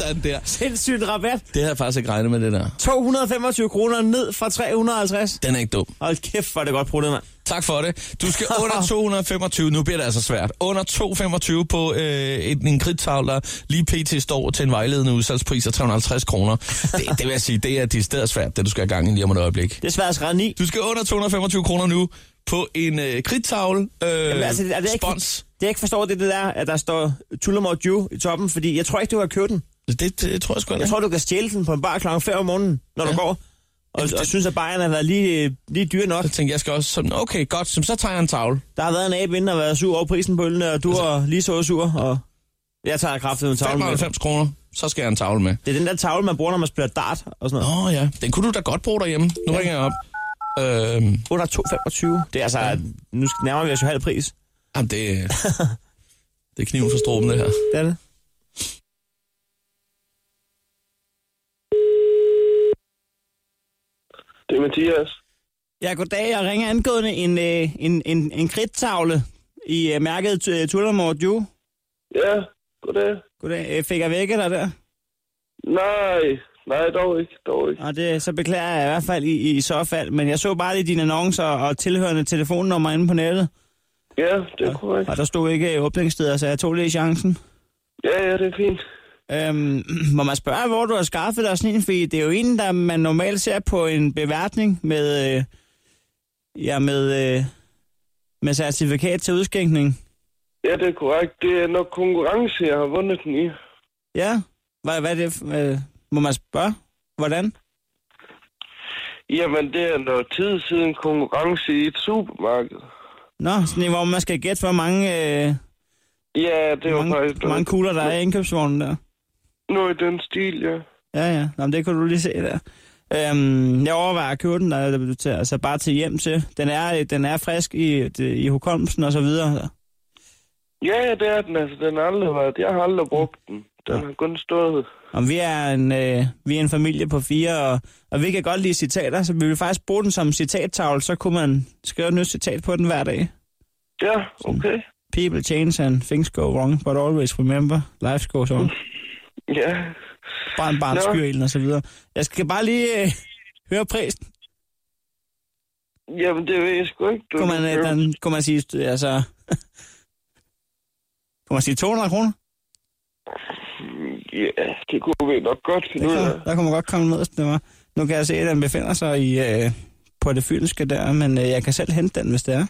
S2: ja. Den der.
S3: Sindssygt rabat.
S2: Det havde jeg faktisk ikke regnet med, det der.
S3: 225 kroner ned fra 350.
S2: Den er ikke dum.
S3: Hold kæft, hvor er det godt brugt, mand.
S2: Tak for det. Du skal under 225, nu bliver det altså svært, under 225 på øh, en, en kridtavle, der lige pt. står til en vejledende udsalgspris af 350 kroner. Det, det vil jeg sige, det er decideret svært, det du skal have gang i lige om et øjeblik.
S3: Det er svært at skræde ni.
S2: Du skal under 225 kroner nu på en øh, kridtavle, øh, Jamen, altså, det, er det
S3: ikke,
S2: spons.
S3: det jeg ikke forstår, det er det der, at der står Tullamore Dew i toppen, fordi jeg tror ikke, du har købt den.
S2: Det, det, det tror jeg sgu
S3: Jeg
S2: ikke.
S3: tror, du kan stjæle den på en bar klokken 5 om morgenen, når ja. du går. Og,
S2: Jamen,
S3: og
S2: det-
S3: synes, at bajerne har været lige, øh, lige dyre nok.
S2: Jeg tænkte, jeg skal også sådan, okay, godt, så så tager jeg en tavle.
S3: Der har været en abe inden, der har været sur over prisen på ølene, og du altså, er lige så sur, og jeg tager kraftigt en tavle med.
S2: 95 kroner, så skal jeg en tavle med.
S3: Det er den der tavle, man bruger, når man spiller dart og sådan noget.
S2: Åh oh, ja, den kunne du da godt bruge derhjemme. Nu ringer jeg op. Øhm,
S3: Under 2,25. Det er altså, nu nærmer vi os jo halv pris.
S2: Jamen, det, det er kniven for struben, det her.
S3: Det er det.
S5: Det er Mathias.
S3: Ja, goddag. Jeg ringer angående en, øh, en, en, en kridtavle i øh, mærket øh, Tullamore Dew.
S5: Ja, goddag.
S3: Goddag. Øh, Fik jeg vækket dig der?
S5: Nej, nej, dog ikke, dog ikke.
S3: Og det, så beklager jeg i hvert fald i, i så fald. Men jeg så bare lige dine annoncer og tilhørende telefonnummer inde på nettet.
S5: Ja, det er korrekt.
S3: Og der stod ikke øh, åbningssteder, så jeg tog lige chancen.
S5: Ja, ja, det er fint.
S3: Øhm, må man spørge, hvor du har skaffet dig sådan en? Fordi det er jo en, der man normalt ser på en beværtning med, øh, ja, med, øh, med certifikat til udskænkning.
S5: Ja, det er korrekt. Det er nok konkurrence, jeg har vundet den i.
S3: Ja, hvad, hvad er det? f- Øh, må man spørge? Hvordan?
S5: Jamen, det er noget tid siden konkurrence i et supermarked.
S3: Nå, sådan en, hvor man skal gætte, hvor mange, øh,
S5: Ja, det var
S3: mange,
S5: faktisk...
S3: mange kugler, der er i indkøbsvognen der.
S5: Noget i den stil, ja.
S3: Ja, ja. Nå, men det kunne du lige se der. Øhm, jeg overvejer at købe den der, til, altså bare til hjem til. Den er, øh, den er frisk i, det- i hukommelsen og så videre.
S5: Ja, ja, det er den. Altså, den har aldrig været... Jeg har aldrig brugt den. Den har kun stået...
S3: Og vi er en, øh, vi er en familie på fire, og, og vi kan godt lide citater, så vi vil faktisk bruge den som citattavle, så kunne man skrive et nyt citat på den hver dag.
S5: Ja, okay.
S3: People change and things go wrong, but always remember, life goes on.
S5: Ja.
S3: Brand, barn,
S5: Nå.
S3: skyrilden og så videre. Jeg skal bare lige øh, høre prisen.
S5: Jamen, det ved jeg sgu ikke. Du
S3: Kunne man, øh, den, kunne man sige, øh, altså... kunne man sige 200 kroner?
S5: Øhm, Ja, det kunne vi nok godt finde
S3: Det
S5: ud
S3: kan,
S5: af.
S3: der kunne man godt komme ned, det var. Nu kan jeg se, at den befinder sig i, øh, på det fynske der, men øh, jeg kan selv hente den, hvis det er.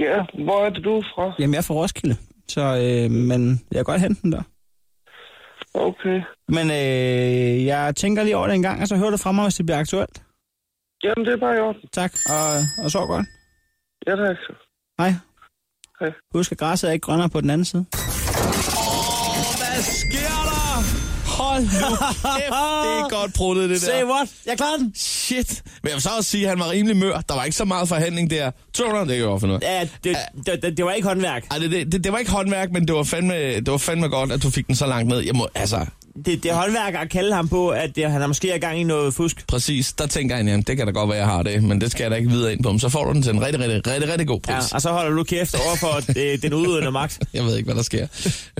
S5: Ja, hvor er det, du er fra?
S3: Jamen, jeg er fra Roskilde, så, øh, men jeg kan godt hente den der.
S5: Okay.
S9: Men øh, jeg tænker lige over det en gang, og så hører du fra mig, hvis det bliver aktuelt.
S5: Jamen, det er bare i orden.
S9: Tak, og, og sov godt.
S5: Ja, tak.
S9: Hej.
S5: Hej.
S9: Husk, at græsset er ikke grønnere på den anden side.
S2: Hvad sker der? Hold nu kæft, det er godt pruttet, det
S9: Say
S2: der.
S9: what? Jeg klarer den.
S2: Shit. Men jeg vil så også sige, at han var rimelig mør. Der var ikke så meget forhandling der. 200, det kan jeg godt finde ud af.
S3: Ja, det, det, det, det var ikke håndværk.
S2: Ej, det, det, det, det, var ikke håndværk, men det var, fandme, det var fandme godt, at du fik den så langt ned. Jeg må, altså,
S3: Det, det er håndværk at kalde ham på, at det, han er måske er i gang i noget fusk.
S2: præcis. Der tænker jeg, jamen, det kan da godt være, jeg har det, men det skal jeg da ikke videre ind på. Men så får du den til en rigtig, rigtig, rigtig, rigtig god pris.
S3: Ja, og så holder du kæft over for øh, den udødende magt.
S2: Jeg ved ikke, hvad der sker.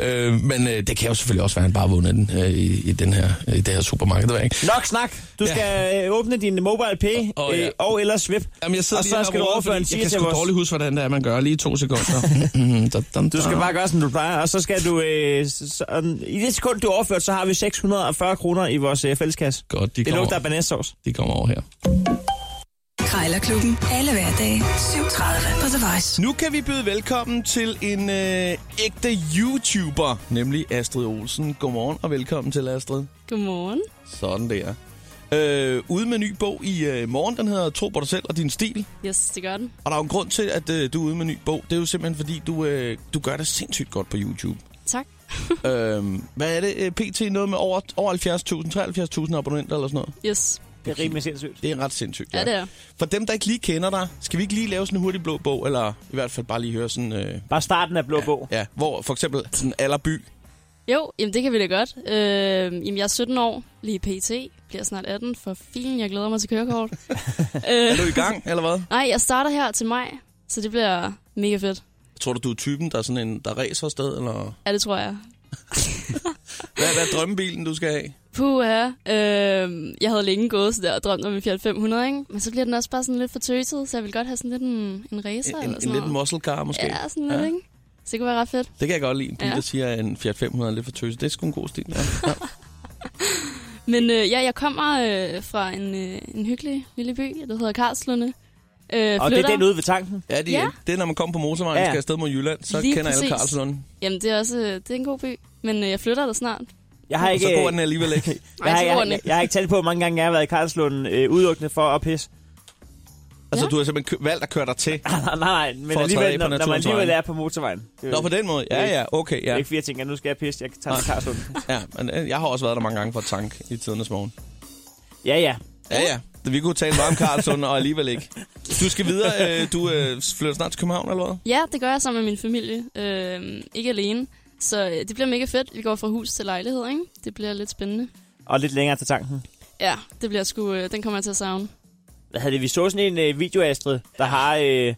S2: Øh, men øh, det kan jo selvfølgelig også være, at han bare har vundet den øh, i, i, den her, i det her supermarked. ved jeg Ikke?
S3: Nok snak. Du
S2: Ja.
S3: skal øh, åbne din mobile pay
S2: Åh,
S3: oh,
S2: ja.
S3: øh, og eller svip.
S2: Jamen, jeg sidder
S3: og
S2: lige
S3: så
S2: her
S3: skal du
S2: og roder,
S3: overføre en
S2: fordi Jeg
S3: siger
S2: kan
S3: til
S2: sgu
S3: vores...
S2: dårligt huske, hvordan det er, man gør. Lige to sekunder. Da, da, da.
S3: Du skal bare gøre, som du plejer, og så skal du... Øh, sådan, I det sekund, du er overført, så har vi 640 kroner i vores øh, fælleskasse.
S2: Godt, de
S3: Det lugter
S2: kommer,
S3: af banæssauce.
S2: de kommer over her.
S1: Krejlerklubben. Alle hverdage 7.30 på The Voice.
S2: Nu kan vi byde velkommen til en øh, ægte YouTuber, nemlig Astrid Olsen. Godmorgen og velkommen til, Astrid.
S10: Godmorgen.
S2: Sådan der. Øh, ude med en ny bog i øh, morgen, den hedder Tro på dig selv og din stil.
S10: Yes, det gør den.
S2: Og der er jo en grund til, at øh, du er ude med en ny bog. Det er jo simpelthen, fordi du, øh, du gør det sindssygt godt på YouTube.
S10: Tak.
S2: øhm, hvad er det? øh, PT noget med over, over 70.000, 73.000 abonnenter eller sådan noget?
S10: Yes.
S3: Det er rimelig sindssygt.
S2: Det er ret sindssygt.
S10: Ja, det er.
S2: For dem, der ikke lige kender dig, skal vi ikke lige lave sådan en hurtig blå bog, eller i hvert fald bare lige høre sådan... Øh,
S3: Bare starten af Blå Bog.
S2: ja, hvor for eksempel sådan Allerby.
S10: Jo, jamen det kan vi da godt. Øh, jamen jeg er 17 år, lige pt. Bliver snart 18, for filen, jeg glæder mig til kørekort.
S2: Er
S10: øh,
S2: du i gang, eller hvad?
S10: nej, jeg starter her til maj, så det bliver mega fedt.
S2: Tror du, du er typen, der er sådan en, der ræser afsted, eller...
S10: Ja, det tror jeg.
S2: Hvad, hvad er drømmebilen, du skal have?
S10: Puh, ja. Øh, jeg havde længe gået så der og drømt om en Fiat 500, ikke? Men så bliver den også bare sådan lidt for tøset, så jeg vil godt have sådan lidt en, en racer
S2: En,
S10: eller
S2: en,
S10: sådan
S2: en lidt
S10: noget.
S2: muscle car, måske?
S10: ja, sådan lidt, ja. ikke? Så det kunne være ret fedt.
S2: Det kan jeg godt lide. De,
S10: Ja.
S2: der siger, at en Fiat 500 er lidt for tøs. Det er sgu en god stil. Ja.
S10: Men øh, ja, jeg kommer øh, fra en, øh, en hyggelig lille by, der hedder Karlslunde. Øh,
S3: Og det er
S10: flytter-
S3: den ude ved tanken.
S2: ja, de,
S10: Ja.
S2: det er, når man kommer på motorvejen og
S3: Ja.
S2: skal afsted mod Jylland, så
S10: Lige
S2: kender alle
S10: præcis.
S2: Karlslund.
S10: Jamen, det er også øh, det er en god by. Men øh, jeg flytter der snart.
S3: Jeg har ikke...
S2: Så
S3: øh,
S2: går den alligevel ikke.
S10: Nej,
S3: Jeg har,
S10: så går
S3: jeg,
S10: den
S3: jeg,
S10: ikke.
S3: jeg har ikke talt på, hvor mange gange jeg har været i Karlslund øh, udelukkende for at pisse.
S2: Altså,
S10: Ja.
S2: du har simpelthen kø- valgt at køre dig til.
S3: nej, nej, nej, men
S2: For at træde af
S3: alligevel,
S2: på
S3: når, når man
S2: naturens
S3: alligevel
S2: vegne.
S3: er på motorvejen. Det er jo
S2: Nå, på den måde. Ja, ja, okay.
S3: ja.
S2: Ja.
S3: ikke, fordi jeg tænker, nu skal jeg pisse, jeg tager til Karlslund.
S2: ja men, øh, jeg har også været der mange gange for tank i tidernes morgen.
S3: ja, ja.
S2: Ja, ja. Så Vi kunne tale meget om Karlsund, og alligevel ikke. Du skal videre. Øh, du øh, flytter snart til København, eller hvad?
S10: Ja, det gør jeg sammen med min familie. Øh, ikke alene. Så øh, det bliver mega fedt. Vi går fra hus til lejlighed, ikke? Det bliver lidt spændende.
S3: Og lidt længere til tanken.
S10: Ja, det bliver sgu... Øh, den kommer jeg til at savne.
S3: Hvad havde det? Vi så sådan en øh, video, Astrid, der har, øh,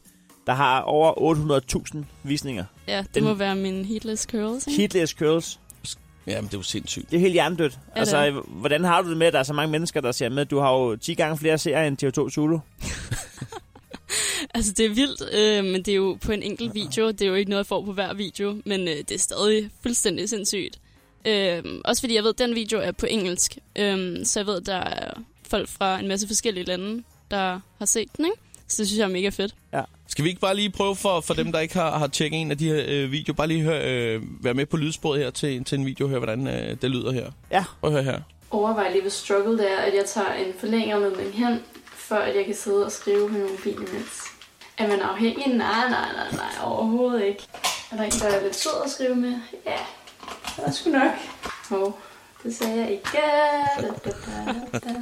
S3: der har over 800.000 visninger.
S10: Ja, det
S3: Den-
S10: den... må være min heatless curls, ikke?
S3: Hitless Curls.
S2: Jamen, det er jo sindssygt.
S3: Det er helt hjernedødt.
S10: det
S3: altså,
S10: er.
S3: øh, hvordan har du det med, at der er så mange mennesker, der ser med? Du har jo 10 gange flere seere end TV2 Zulu.
S10: Altså, det er vildt, øh, men det er jo på en enkelt video. Det er jo ikke noget, jeg får på hver video, men øh, det er stadig fuldstændig sindssygt. Øh, også fordi jeg ved, at den video er på engelsk, øh, så jeg ved, at der er folk fra en masse forskellige lande, der har set den, ikke? Så det synes jeg er mega fedt.
S2: Skal vi ikke bare lige prøve for, for dem, der ikke har, har tjekket en af de her øh, videoer, bare lige høre, øh, være med på lydsporet her til, til en video og høre, hvordan øh, det lyder her.
S3: Ja.
S2: Prøv at høre her.
S10: overveje lige ved struggle, det er, at jeg tager en forlængerledning hen, for at jeg kan sidde og skrive på min mobil imens. Er man afhængig? Nej, nej, nej, nej, overhovedet ikke. Er der ikke, der er lidt sød at skrive med? Ja, det er sgu nok. Hov, det sagde jeg ikke. Da, da, da, da, da.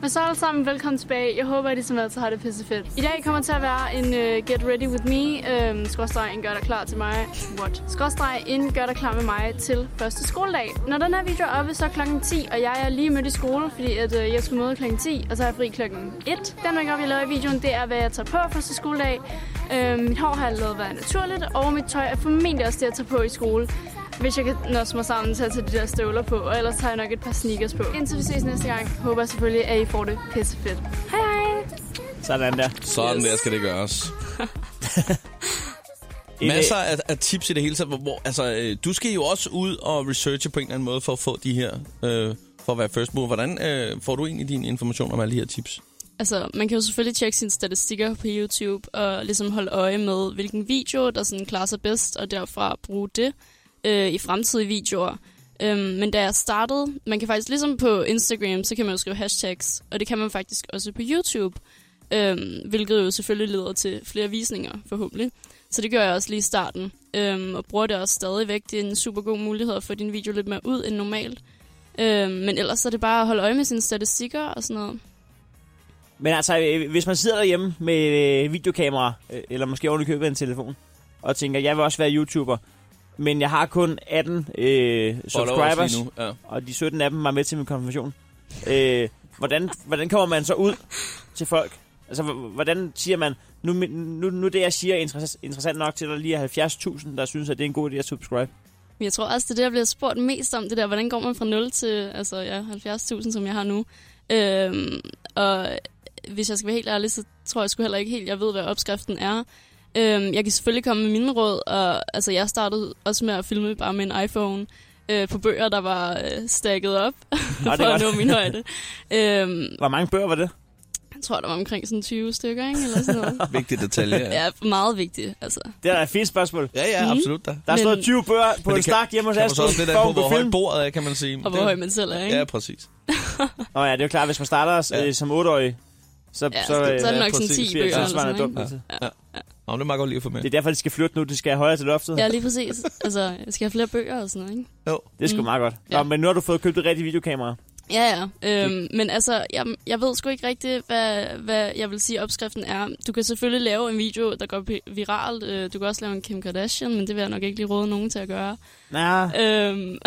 S10: Men så alle sammen velkommen tilbage. Jeg håber, at I som altid har det pisse fedt. I dag kommer til at være en uh, Get Ready With Me, uh, skråstreg en gør dig klar til mig. What? Skråstreg en gør dig klar med mig til første skoledag. Når den her video er oppe, så er klokken 10, og jeg er lige mødt i skole, fordi at, uh, jeg skulle møde klokken 10, og så er jeg fri klokken 1. Den makeup, jeg laver i videoen, det er, hvad jeg tager på første skoledag. Uh, mit hår har jeg lavet være naturligt, og mit tøj er formentlig også det, jeg tager på i skole. Hvis jeg kan nøse mig sammen til at tage de der støvler på, og ellers tager jeg nok et par sneakers på. Indtil vi ses næste gang, håber jeg selvfølgelig, at I får det pisse fedt. Hej hej!
S3: Sådan der.
S2: Sådan yes.
S10: Yes.
S2: der skal det gøres.
S3: En, øh,
S2: Masser af, af tips i det hele taget. Hvor, hvor, altså, øh, du skal jo også ud og researche på en eller anden måde for at få de her... Øh, for at være first mover. Hvordan øh, får du egentlig din information om alle de her tips?
S10: Altså, man kan jo selvfølgelig tjekke sine statistikker på YouTube og ligesom holde øje med, hvilken video, der sådan klarer sig bedst, og derfra bruge det øh, i fremtidige videoer. Øhm, men da jeg startede, man kan faktisk ligesom på Instagram, så kan man jo skrive hashtags, og det kan man faktisk også på YouTube, øhm, hvilket jo selvfølgelig leder til flere visninger, forhåbentlig. Så det gør jeg også lige i starten, øhm, og bruger det også stadigvæk. Det er en super god mulighed at få din video lidt mere ud end normalt. Øhm, men ellers er det bare at holde øje med sine statistikker og sådan noget.
S3: Men altså, øh, hvis man sidder derhjemme med øh, videokamera, øh, eller måske ordentligt købet en telefon, og tænker, jeg vil også være YouTuber, men jeg har kun 18 øh, subscribers,
S2: lige nu, ja.
S3: og de 17 af dem var med til min konfirmation. Øh, hvordan, hvordan kommer man så ud til folk? Altså, h- hvordan siger man, nu, mi- nu, nu det, jeg siger, er interess- interessant nok til, at der lige er 70.000, der synes, at det er en god idé at subscribe.
S10: Men jeg tror også, det er det, jeg bliver spurgt mest om, det der, hvordan går man fra 0 til altså, ja, 70.000, som jeg har nu. Øhm, og hvis jeg skal være helt ærlig, så tror jeg sgu heller ikke helt, jeg ved, hvad opskriften er. Øhm, jeg kan selvfølgelig komme med mine råd, og altså, jeg startede også med at filme bare med en iPhone øh, på bøger, der var øh, stakket op for
S3: er
S10: at nå
S3: godt.
S10: min højde. øhm,
S3: Hvor mange bøger var det?
S10: jeg tror, der var omkring sådan 20 stykker, ikke? Eller sådan noget.
S2: Vigtig detalje.
S10: ja. ja, meget vigtigt, altså.
S3: Det er da et fint spørgsmål.
S2: Ja, ja, absolut da.
S3: Der er stået
S10: Men-
S3: 20 bøger på
S2: det kan-
S3: en stak hjemme hos
S2: Kan man så
S3: Astrid.
S2: også lidt
S3: for
S2: af på,
S3: hun kunne
S2: hvor højt
S3: filme.
S2: bordet er, kan man sige.
S10: Og hvor
S2: Det-
S10: høj man selv er, ikke?
S2: Ja, præcis.
S3: Nå ja, det er jo klart, hvis man starter øh,
S2: Ja.
S3: som 8-årig, så,
S10: Ja,
S3: så,
S10: så-
S3: øh,
S10: så er det nok
S2: præcis.
S10: sådan 10 bøger.
S3: bliver jeg
S10: Eller sådan,
S3: tilsvarende
S10: noget,
S3: dumt.
S10: ikke?
S3: Altså.
S2: Nå, men det er meget godt lige at få med.
S3: Det er derfor, de skal flytte nu. De skal højere til loftet.
S10: Ja,
S3: Ja.
S10: lige præcis. Altså, jeg skal have flere bøger og sådan noget, ikke?
S2: Jo.
S3: Det er sgu meget godt. Nå,
S10: Ja.
S3: men nu har du fået købt et rigtigt videokamera.
S10: Ja, ja. Øhm, men altså, jeg, jeg ved sgu ikke rigtigt, hvad, hvad jeg vil sige, opskriften er. Du kan selvfølgelig lave en video, der går vi- viralt. Øh, du kan også lave en Kim Kardashian, men det vil jeg nok ikke lige råde nogen til at gøre.
S3: Nej,
S10: Øhm,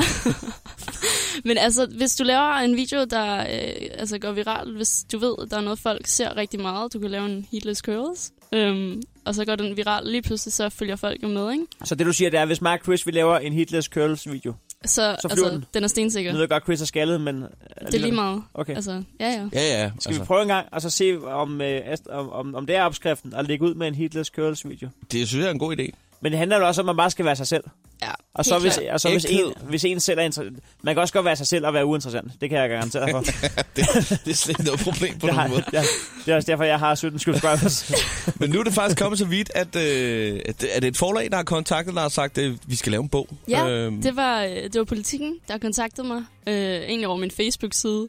S10: men altså, hvis du laver en video, der øh, altså går viralt, hvis du ved, at der er noget, folk ser rigtig meget, du kan lave en Heatless Curls, øhm, og så går den viral, lige pludselig så følger folk jo med, ikke?
S3: så det du siger, det er, hvis Mark Chris vil lave en Hitlers Curls video.
S10: Så,
S3: Så flyver
S10: altså,
S3: den.
S10: den er
S3: Ja.
S10: stensikker.
S3: Nu ved jeg godt, Chris er skaldet, men...
S10: Det er lige meget.
S3: Okay.
S10: Altså, ja, ja.
S2: Ja, altså, ja.
S3: Skal vi prøve en gang, og så se, om, øh, Ast- om, om, om det er opskriften, at lægge ud med en Hitlers Curls video.
S2: Det synes jeg er en god idé.
S3: Men det handler jo også om, at man bare skal være sig selv.
S10: ja
S3: Og så,
S10: helt
S3: hvis,
S10: klart.
S3: og så hvis, en,
S2: Ægthed.
S3: hvis en selv er interessant. Man kan også godt være sig selv og være uinteressant. Det kan jeg garantere dig for.
S2: Det, det er slet ikke noget problem på
S3: Det, har,
S2: nogen måde.
S3: ja, det er også derfor, jeg har 17 subscribers.
S2: Men nu er det faktisk kommet så vidt, at, øh, at det- er det et forlag, der har kontaktet dig og sagt, at vi skal lave en bog? Øhm,
S10: Ja,
S3: Øhm.
S10: det var, øh, det var politikken, der kontaktede mig. Øh, egentlig over min Facebook-side.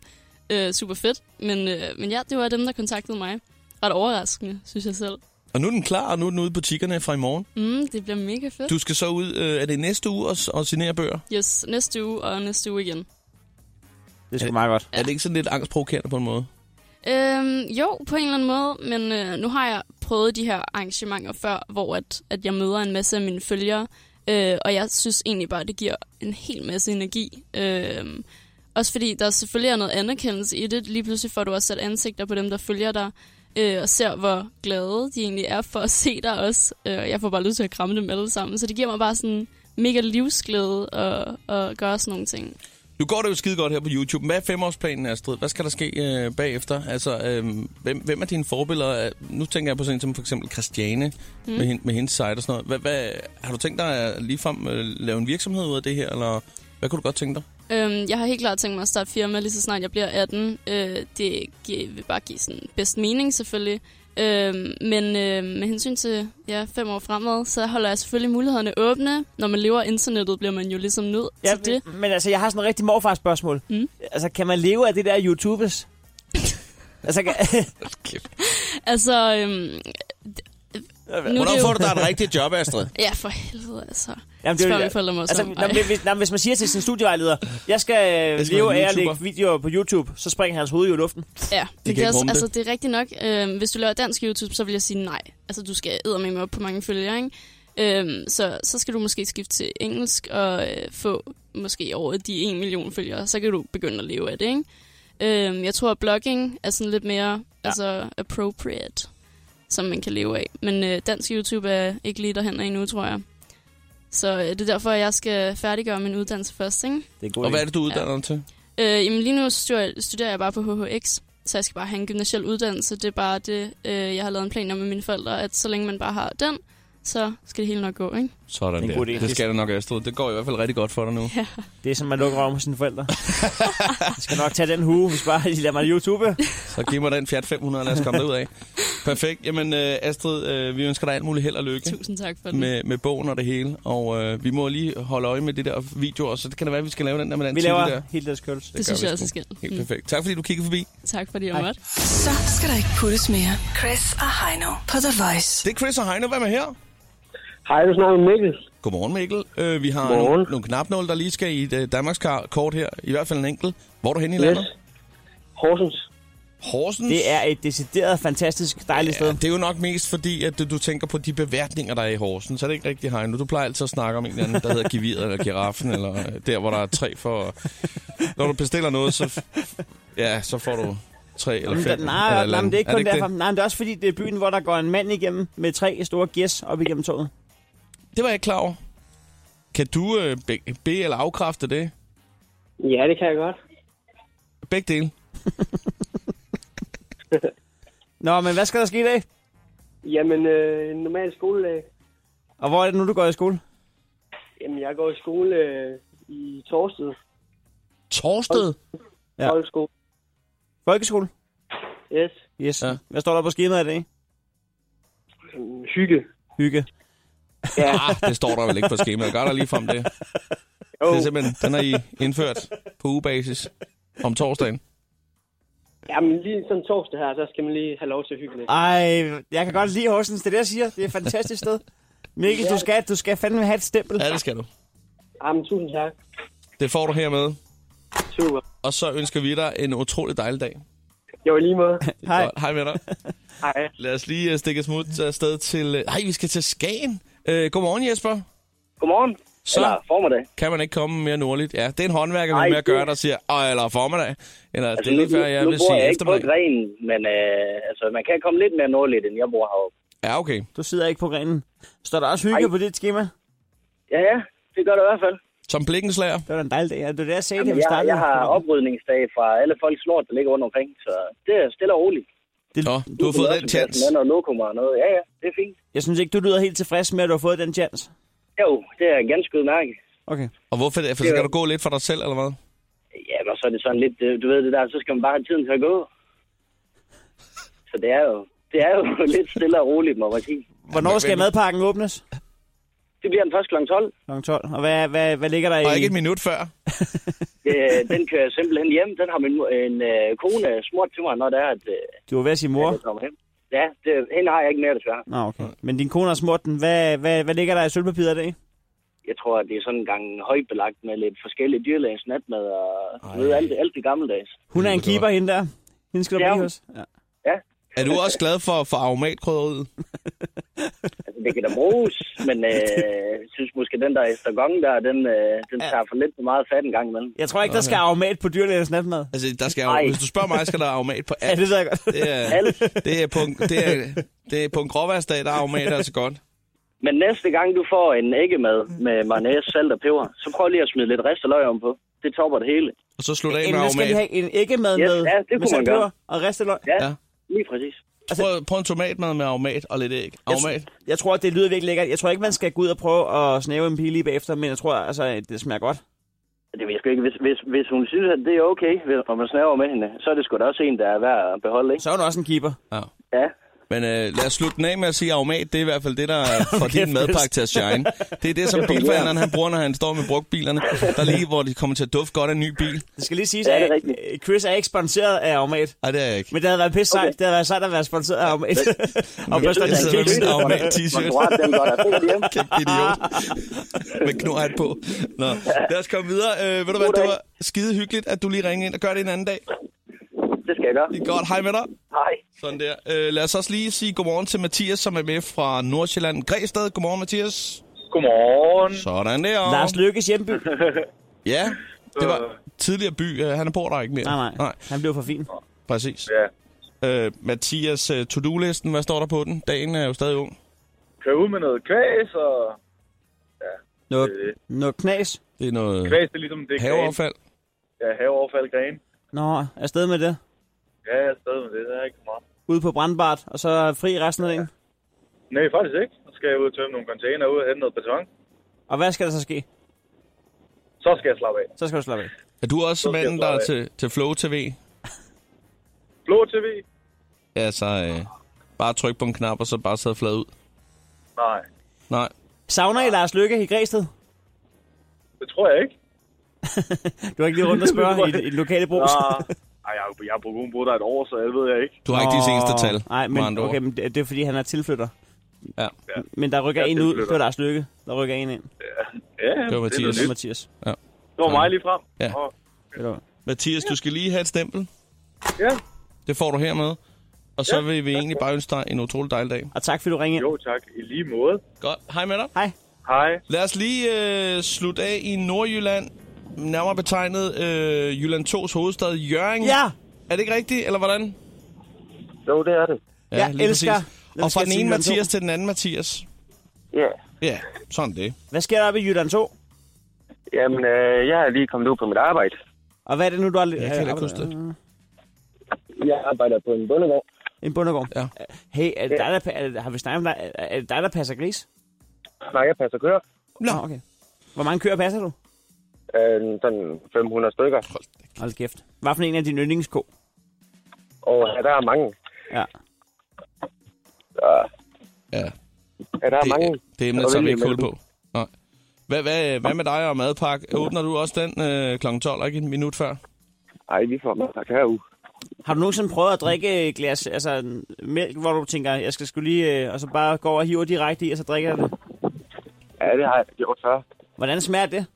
S10: Øh, super fedt. Men, øh, men ja, det var dem, der kontaktede mig. Ret overraskende, synes jeg selv.
S2: Og nu er den klar, og nu er den ude i butikkerne fra i morgen.
S10: Mm, det bliver mega fedt. Du...
S2: Du skal så ud, øh, er det næste uge, og, s- og signere bøger?
S10: Yes, næste uge og næste uge igen.
S3: Det er sgu meget godt.
S2: Ja. Er det ikke sådan lidt angstprovokerende på en måde?
S10: Øhm, jo, på en eller anden måde, men øh, nu har jeg prøvet de her arrangementer før, hvor at, at jeg møder en masse af mine følgere, øh, og jeg synes egentlig bare, at det giver en hel masse energi. Øh, også fordi der selvfølgelig er noget anerkendelse i det. Lige pludselig får du også sat ansigter på dem, der følger dig, øh, og ser, hvor glade de egentlig er for at se dig også. Øh, og jeg får bare lyst til at kramme dem alle sammen, så det giver mig bare sådan mega livsglæde at, at gøre sådan nogle ting.
S2: Nu går det jo skide godt her på YouTube. Hvad er femårsplanen, Astrid? Hvad skal der ske øh, bagefter? Altså, øh, hvem, hvem er dine forbilleder? Øh, Nu tænker jeg på sådan en som for eksempel Christiane mm. med, hende, med hendes site og sådan noget. Hvad, hvad, har du tænkt dig at ligefrem øh, lave en virksomhed ud af det her, eller hvad kunne du godt tænke dig?
S10: Øhm, jeg har helt klart tænkt mig at starte firma, lige så snart jeg bliver 18. Øh, det gi- vil bare give sådan bedst mening, selvfølgelig. Øhm, men øh, med hensyn til ja, fem år fremad, så holder jeg selvfølgelig mulighederne åbne. Når man lever af internettet, bliver man jo ligesom nødt
S3: Ja,
S10: til det.
S3: men altså, jeg har sådan et rigtig morfars spørgsmål.
S10: Mm.
S3: Altså, kan man leve af det der YouTubes? altså, kan,
S10: Altså, øhm, nu er
S2: Hvornår
S10: det
S2: får
S10: jo...
S2: du dig et rigtigt job, Astrid?
S10: Ja, for helvede, altså.
S3: jamen,
S10: Spørg
S3: jo-
S10: mine forældre mig også
S3: altså,
S10: om.
S3: når, men hvis, når, hvis man siger til sin studievejleder, jeg skal,
S2: Jeg
S3: jeg
S2: skal
S3: skal
S2: være
S3: leve af at
S2: YouTuber."
S3: lægge videoer på YouTube, så springer hans hoved jo i luften.
S10: Ja,
S2: kan
S10: det, kan
S2: ikke
S10: også,
S2: rumme det.
S10: altså, det er rigtigt nok. Øhm, hvis du laver dansk YouTube, så vil jeg sige nej. Altså, du skal eddermame op på mange følgere, ikke? Øhm, så, så skal du måske skifte til engelsk og øh, få måske over de 1 million følgere. Så kan du begynde at leve af det, ikke? Øhm, jeg tror, at blogging er sådan lidt mere ja. altså, appropriate, som man kan leve af. Men øh, dansk YouTube er ikke lige derhen endnu, tror jeg. Så øh, det er derfor, jeg skal færdiggøre min uddannelse først, ikke?
S3: Det er
S2: Og hvad er det, du uddanner dig til?
S10: Øh, jamen lige nu studerer, studerer jeg bare på HHX, så jeg skal bare have en gymnasiel uddannelse. Det er bare det, øh, jeg har lavet en plan om med mine forældre, at så længe man bare har den, så skal det hele nok gå, ikke?
S2: Sådan
S3: Det er en
S2: der.
S3: god idé.
S2: Det skal du nok, Astrid. Det går i hvert fald rigtig godt for dig nu.
S3: Det er som at lukke røven på sine forældre. Jeg skal nok tage den hue, hvis bare de lader mig YouTube.
S2: Så giv mig den Fiat 500, lad os komme derud af. Perfekt. Jamen, øh, Astrid, øh, vi ønsker dig alt muligt held og lykke.
S11: Tusind tak for det.
S2: Med, med bogen og det hele. Og øh, vi må lige holde øje med det der video også. Så det kan da være, at vi skal lave den der med den
S3: Vi
S2: titel
S3: laver
S2: der.
S3: helt deres køls.
S11: Det synes jeg også, vi skal.
S2: Helt
S11: Mm.
S2: perfekt. Tak fordi du kiggede forbi.
S11: Tak fordi jeg måtte.
S1: Så skal der ikke puttes mere. Chris og Heino på The Voice.
S2: Det er Chris og Heino. Hvem er her?
S12: Hej, du snakker med Mikkel.
S2: Godmorgen, Mikkel. Øh, vi har
S12: Godmorgen.
S2: nogle, nogle knapnål, der lige skal i et øh, Danmarks kort her. I hvert fald en enkelt. Hvor er du henne i
S3: Yes.
S2: landet?
S12: Horsens.
S2: Horsens?
S3: Det er et decideret fantastisk dejligt sted.
S2: Det er jo nok mest fordi, at du- du tænker på de beværtninger, der er i Horsens. Så er det ikke rigtigt, Heino? Du plejer altid at snakke om en eller anden, der hedder geviret eller giraffen, eller øh, der, hvor der er tre for... Når du bestiller noget, så, f- ja, så får du tre eller
S3: Jamen,
S2: fem.
S3: der,
S2: eller et eller
S3: nej, nej, men
S2: andet.
S3: det er ikke
S2: Er
S3: kun
S2: det
S3: derfor. Nej, men det er også fordi, det er byen, hvor der går en mand igennem med tre store gæs op igennem toget.
S2: Det var jeg ikke klar over. Kan du øh, be- bede eller afkræfte det?
S12: Ja, det kan jeg godt.
S2: Begge dele.
S3: Nå, men hvad skal der ske i dag?
S12: Jamen, øh, en normal skoledag.
S3: Og hvor er det nu, du går i skole?
S12: Jamen, jeg går i skole øh, i Torsted.
S2: Torsted?
S3: Ja.
S12: Folkeskole.
S3: Folkeskole?
S12: Yes.
S3: Yes. Ja. Hvad står der på skemaet i dag?
S12: Mm, Hygge.
S3: Hygge.
S12: Ja.
S2: Ah, det står der vel ikke på skemaet. Gør der lige frem det.
S12: Jo.
S2: Det er simpelthen, den har I indført på ugebasis om torsdagen.
S12: Jamen, lige sådan torsdag her, så skal man lige have lov til at hygge lidt.
S3: Ej, jeg kan godt lide Horsens. Det er det, jeg siger. Det er et fantastisk sted. Mikkel, du skal, du skal fandme have et stempel.
S2: Ja, det skal du.
S12: Jamen, tusind tak.
S2: Det får du hermed.
S12: Super.
S2: Og så ønsker vi dig en utrolig dejlig dag.
S12: Jo, i lige måde.
S3: Hej.
S2: Godt. Hej med dig.
S12: Hej.
S2: Lad os lige øh, stikke et smut afsted til... øh, Nej, vi skal til Skagen. Øh, godmorgen, Jesper.
S13: Godmorgen.
S2: Så
S13: Eller formiddag.
S2: kan man ikke komme mere nordligt. Ja, det er en håndværker, vi
S13: Nej,
S2: er med at gøre,
S13: det-
S2: der siger, "Åh, eller formiddag. Eller, altså,
S13: Altså,
S2: det er
S13: nu,
S2: lige før, jeg
S13: nu, nu
S2: vil
S13: bor
S2: sige
S13: jeg ikke på
S2: eftermiddag.
S13: grenen, men øh, altså, man kan komme lidt mere nordligt, end jeg bor heroppe.
S2: Ja, okay.
S3: Du sidder ikke på grenen. Står der også hygge Ej. på dit schema?
S13: Ja, ja, det gør det i hvert fald.
S2: Som blikkenslager.
S3: Det var da en dejlig dag. Ja, det var det, jeg sagde, da
S13: Jamen,
S3: vi
S13: jeg,
S3: startede.
S13: jeg har oprydningsdag fra alle folks lort, der ligger rundt omkring, så det er stille og roligt.
S3: Det,
S2: Nå, du har fået den chance.
S13: Med noget lokum og noget. Ja, ja, det er fint.
S3: Jeg synes ikke, du lyder helt tilfreds med, at du har fået den chance.
S13: Jo, det er ganske udmærket.
S3: Okay.
S2: Og hvorfor det? For skal du gå lidt for dig selv, eller hvad?
S13: Ja, men så er det sådan lidt, øh, du ved det der, så skal man bare have tiden til at gå. Så det er jo, det er jo lidt stille og roligt, må man sige.
S3: Hvornår skal madpakken åbnes?
S13: Det bliver den først kl. 12.
S3: Kl. 12. Og hvad, hvad, hvad ligger der i?
S13: Og ikke et
S2: minut før.
S13: Øh, den kører jeg simpelthen hjem. Den har min mu- en øh, kone smurt til mig, når det er, at øh,
S3: Du var ved at sige mor.
S13: jeg kommer hjem. Ja, det, hende har jeg ikke mere, desværre.
S3: Nå, okay. Men din kone har smurt den. Hvad, hvad, hvad ligger der i sølvpapiret i dag?
S13: Jeg tror, at det er sådan en gang højbelagt med lidt forskellige dyrlægens natmad og du ved, alt, det- alt det gammeldags.
S3: Hun er en keeper, hende der. Hende skal du
S13: Det er
S3: blive
S13: hun.
S3: hos. Ja.
S2: Er du også glad for, for aromatkrydderiet?
S13: Altså, det kan da bruges, men øh, jeg synes måske, den der estragon der, den, øh, den tager for lidt for meget fat en gang imellem.
S3: Jeg tror ikke, der skal aromat på dyrlægens natmad.
S2: Altså, der skal
S3: Ej.
S2: jo, hvis du spørger mig, skal der aromat på alt.
S3: Ja, det ved jeg godt.
S2: Det er, det er, på, en, det er, det er på en gråværsdag, der er aromat altså godt.
S13: Men næste gang, du får en æggemad med mayonnaise, salt og peber, så prøv lige at smide lidt ristet om på. Det topper det hele.
S2: Og så slutter
S3: En, hvad skal de have? En æggemad
S13: Yes,
S3: med,
S13: ja, det kunne
S3: med
S13: man
S3: saltpeber
S13: gøre.
S3: og risteløg?
S13: Ja, lige præcis.
S2: Altså, prøv, prøv en tomatmad med aromat og lidt æg. Aromat.
S3: Jeg, jeg tror, det lyder virkelig lækkert. Jeg tror ikke, man skal gå ud og prøve at snæve en pige lige bagefter, men jeg tror, altså, det smager godt.
S13: Det ved jeg sgu ikke. Hvis, hvis, hvis hun synes, at det er okay, hvis- når man snaver med hende, så er det sgu da også en, der er værd at beholde, ikke?
S3: Så er hun også en keeper.
S2: Ja.
S13: Ja.
S2: Men øh, lad os slutte den af med at sige aromat. Det er i hvert fald det, der får din madpakke til at shine. Det er det, som bilforhandleren han bruger, når han står med brugtbilerne. Der er lige, hvor de kommer til at dufte godt af en ny bil.
S3: Det skal lige siges,
S2: Ja, det
S3: at
S2: er
S3: øh, Chris er ikke sponsoreret af Aromat.
S2: Nej, det er jeg ikke.
S3: Men det havde været pisse sejt. Okay. Det havde været sejt at være sponsoreret af Aromat. og
S2: Jeg
S3: børster
S2: sidder med min
S3: der
S2: Aromat t-shirt. Kæmpe idiot. Med knurhat på. Nå, lad os komme videre. Øh, ved du hvad, det var skide hyggeligt, at du lige ringede ind og gør det en anden dag.
S13: Det skal jeg gøre.
S2: Det er godt. Hej med dig.
S13: Hej.
S2: Sådan der. Øh, lad os også lige sige godmorgen til Mathias, som er med fra Nordsjælland. Græsted. Godmorgen, Mathias.
S14: Godmorgen.
S2: Sådan der.
S3: Lars Lykkes hjemby.
S2: Ja, det var tidligere by. Øh, Han bor der ikke mere.
S3: Nej, nej. Han blev for fin.
S2: Præcis. Ja. Øh, Mathias, øh, to-do-listen, hvad står der på den? Dagen er jo stadig ung.
S14: Køre ud med noget kvæs, og
S3: Noget, noget knas.
S2: Det er noget
S14: kvæs det er ligesom det er
S2: haveaffald.
S14: Gren. Ja, haveoverfald gren.
S3: Nå, afsted med det.
S14: Ja, jeg er stadig med det. Det er ikke så meget.
S3: Ude på brandbart, og så fri resten af dagen.
S14: Nej, faktisk ikke. Nu skal jeg ud og tømme nogle container ud og hente noget beton.
S3: Og hvad skal der så ske?
S14: Så skal jeg slappe af.
S3: Så skal du slappe af.
S2: Er du også
S14: Så skal
S2: manden,
S14: jeg
S2: der er
S14: slappe
S2: til, til Flow TV?
S14: Blå TV?
S2: Ja, så øh, bare tryk på en knap, og så bare sidde flad ud.
S14: Nej,
S2: Nej.
S3: Savner I Lars Lykke i Græsted?
S14: det tror jeg ikke.
S3: Du har ikke lige rundt og spørge i, i den lokale brus?
S14: Nå, Ej, jeg, jeg har brugt hun brugt der et år, så jeg ved jeg ikke.
S2: Du har ikke de seneste
S3: Åh,
S2: tal,
S3: Nej,
S2: med
S3: men,
S2: andre ord.
S3: okay, men det, det er fordi, han er tilflytter.
S2: Ja.
S3: Men der rykker
S14: Jeg er
S3: en ud. Det
S14: tilflytter.
S3: var Lars Lykke. Der rykker en ind.
S14: Ja,
S2: Det var Mathias.
S3: Det er Mathias.
S2: Ja.
S14: Det var mig lige frem.
S2: Ja.
S14: Og,
S2: Mathias, du skal lige have et stempel.
S14: ja.
S2: Det får du hermed. Og så vil vi egentlig bare ønske dig en utrolig dejlig dag.
S3: Og tak, fordi du ringede ind.
S14: Jo, tak. I lige måde.
S2: Godt. Hej med dig.
S3: Hej.
S14: Hej.
S2: Lad os lige øh, slutte af i Nordjylland. Nærmere betegnet øh, Jylland 2's hovedstad, Jørgen.
S3: Ja!
S2: Er det ikke rigtigt, eller hvordan?
S5: Jo, det er det.
S3: Jeg elsker-
S2: Og
S3: elsker
S2: fra den ene
S3: Jylland
S2: Mathias
S3: 2.
S2: til den anden Mathias.
S5: Ja.
S2: Ja, sådan det.
S3: Hvad sker der oppe i Jylland 2?
S5: Jamen, øh, jeg er lige kommet ud på mit arbejde.
S3: Og hvad er det nu, du har... Jeg
S2: kan heller ikke huske det.
S5: Jeg arbejder på en bundegård.
S3: En bundegård.
S2: Ja.
S3: Hey, er det dig, der, pa- er det, har vi snakket om dig? Er er det dig, der passer gris?
S5: Nej, jeg passer køer.
S2: Nå,
S3: okay. Hvor mange køer passer du?
S5: Øh, sådan 500 stykker.
S3: Hold kæft. Hvad for en af dine yndlingsko?
S5: Og ja, der er mange.
S3: Ja.
S5: Ja,
S2: Ja,
S5: ja der er
S2: det,
S5: mange.
S2: det emne
S5: Og
S2: tager vi
S5: vælge
S2: ikke hul
S5: imellem.
S2: på. Nej. Hvad, hvad, hvad med dig og madpakke? Åbner du også den øh, kl. 12, og ikke en minut før?
S5: Ej, vi får meget kakao.
S3: Har du nogensinde prøvet at drikke et glas, altså en mælk, hvor du tænker, jeg skal skulle lige, øh, og så bare gå over og hiver direkte i, og så drikker jeg det?
S5: Ja, det har jeg gjort før.
S3: Hvordan smager det?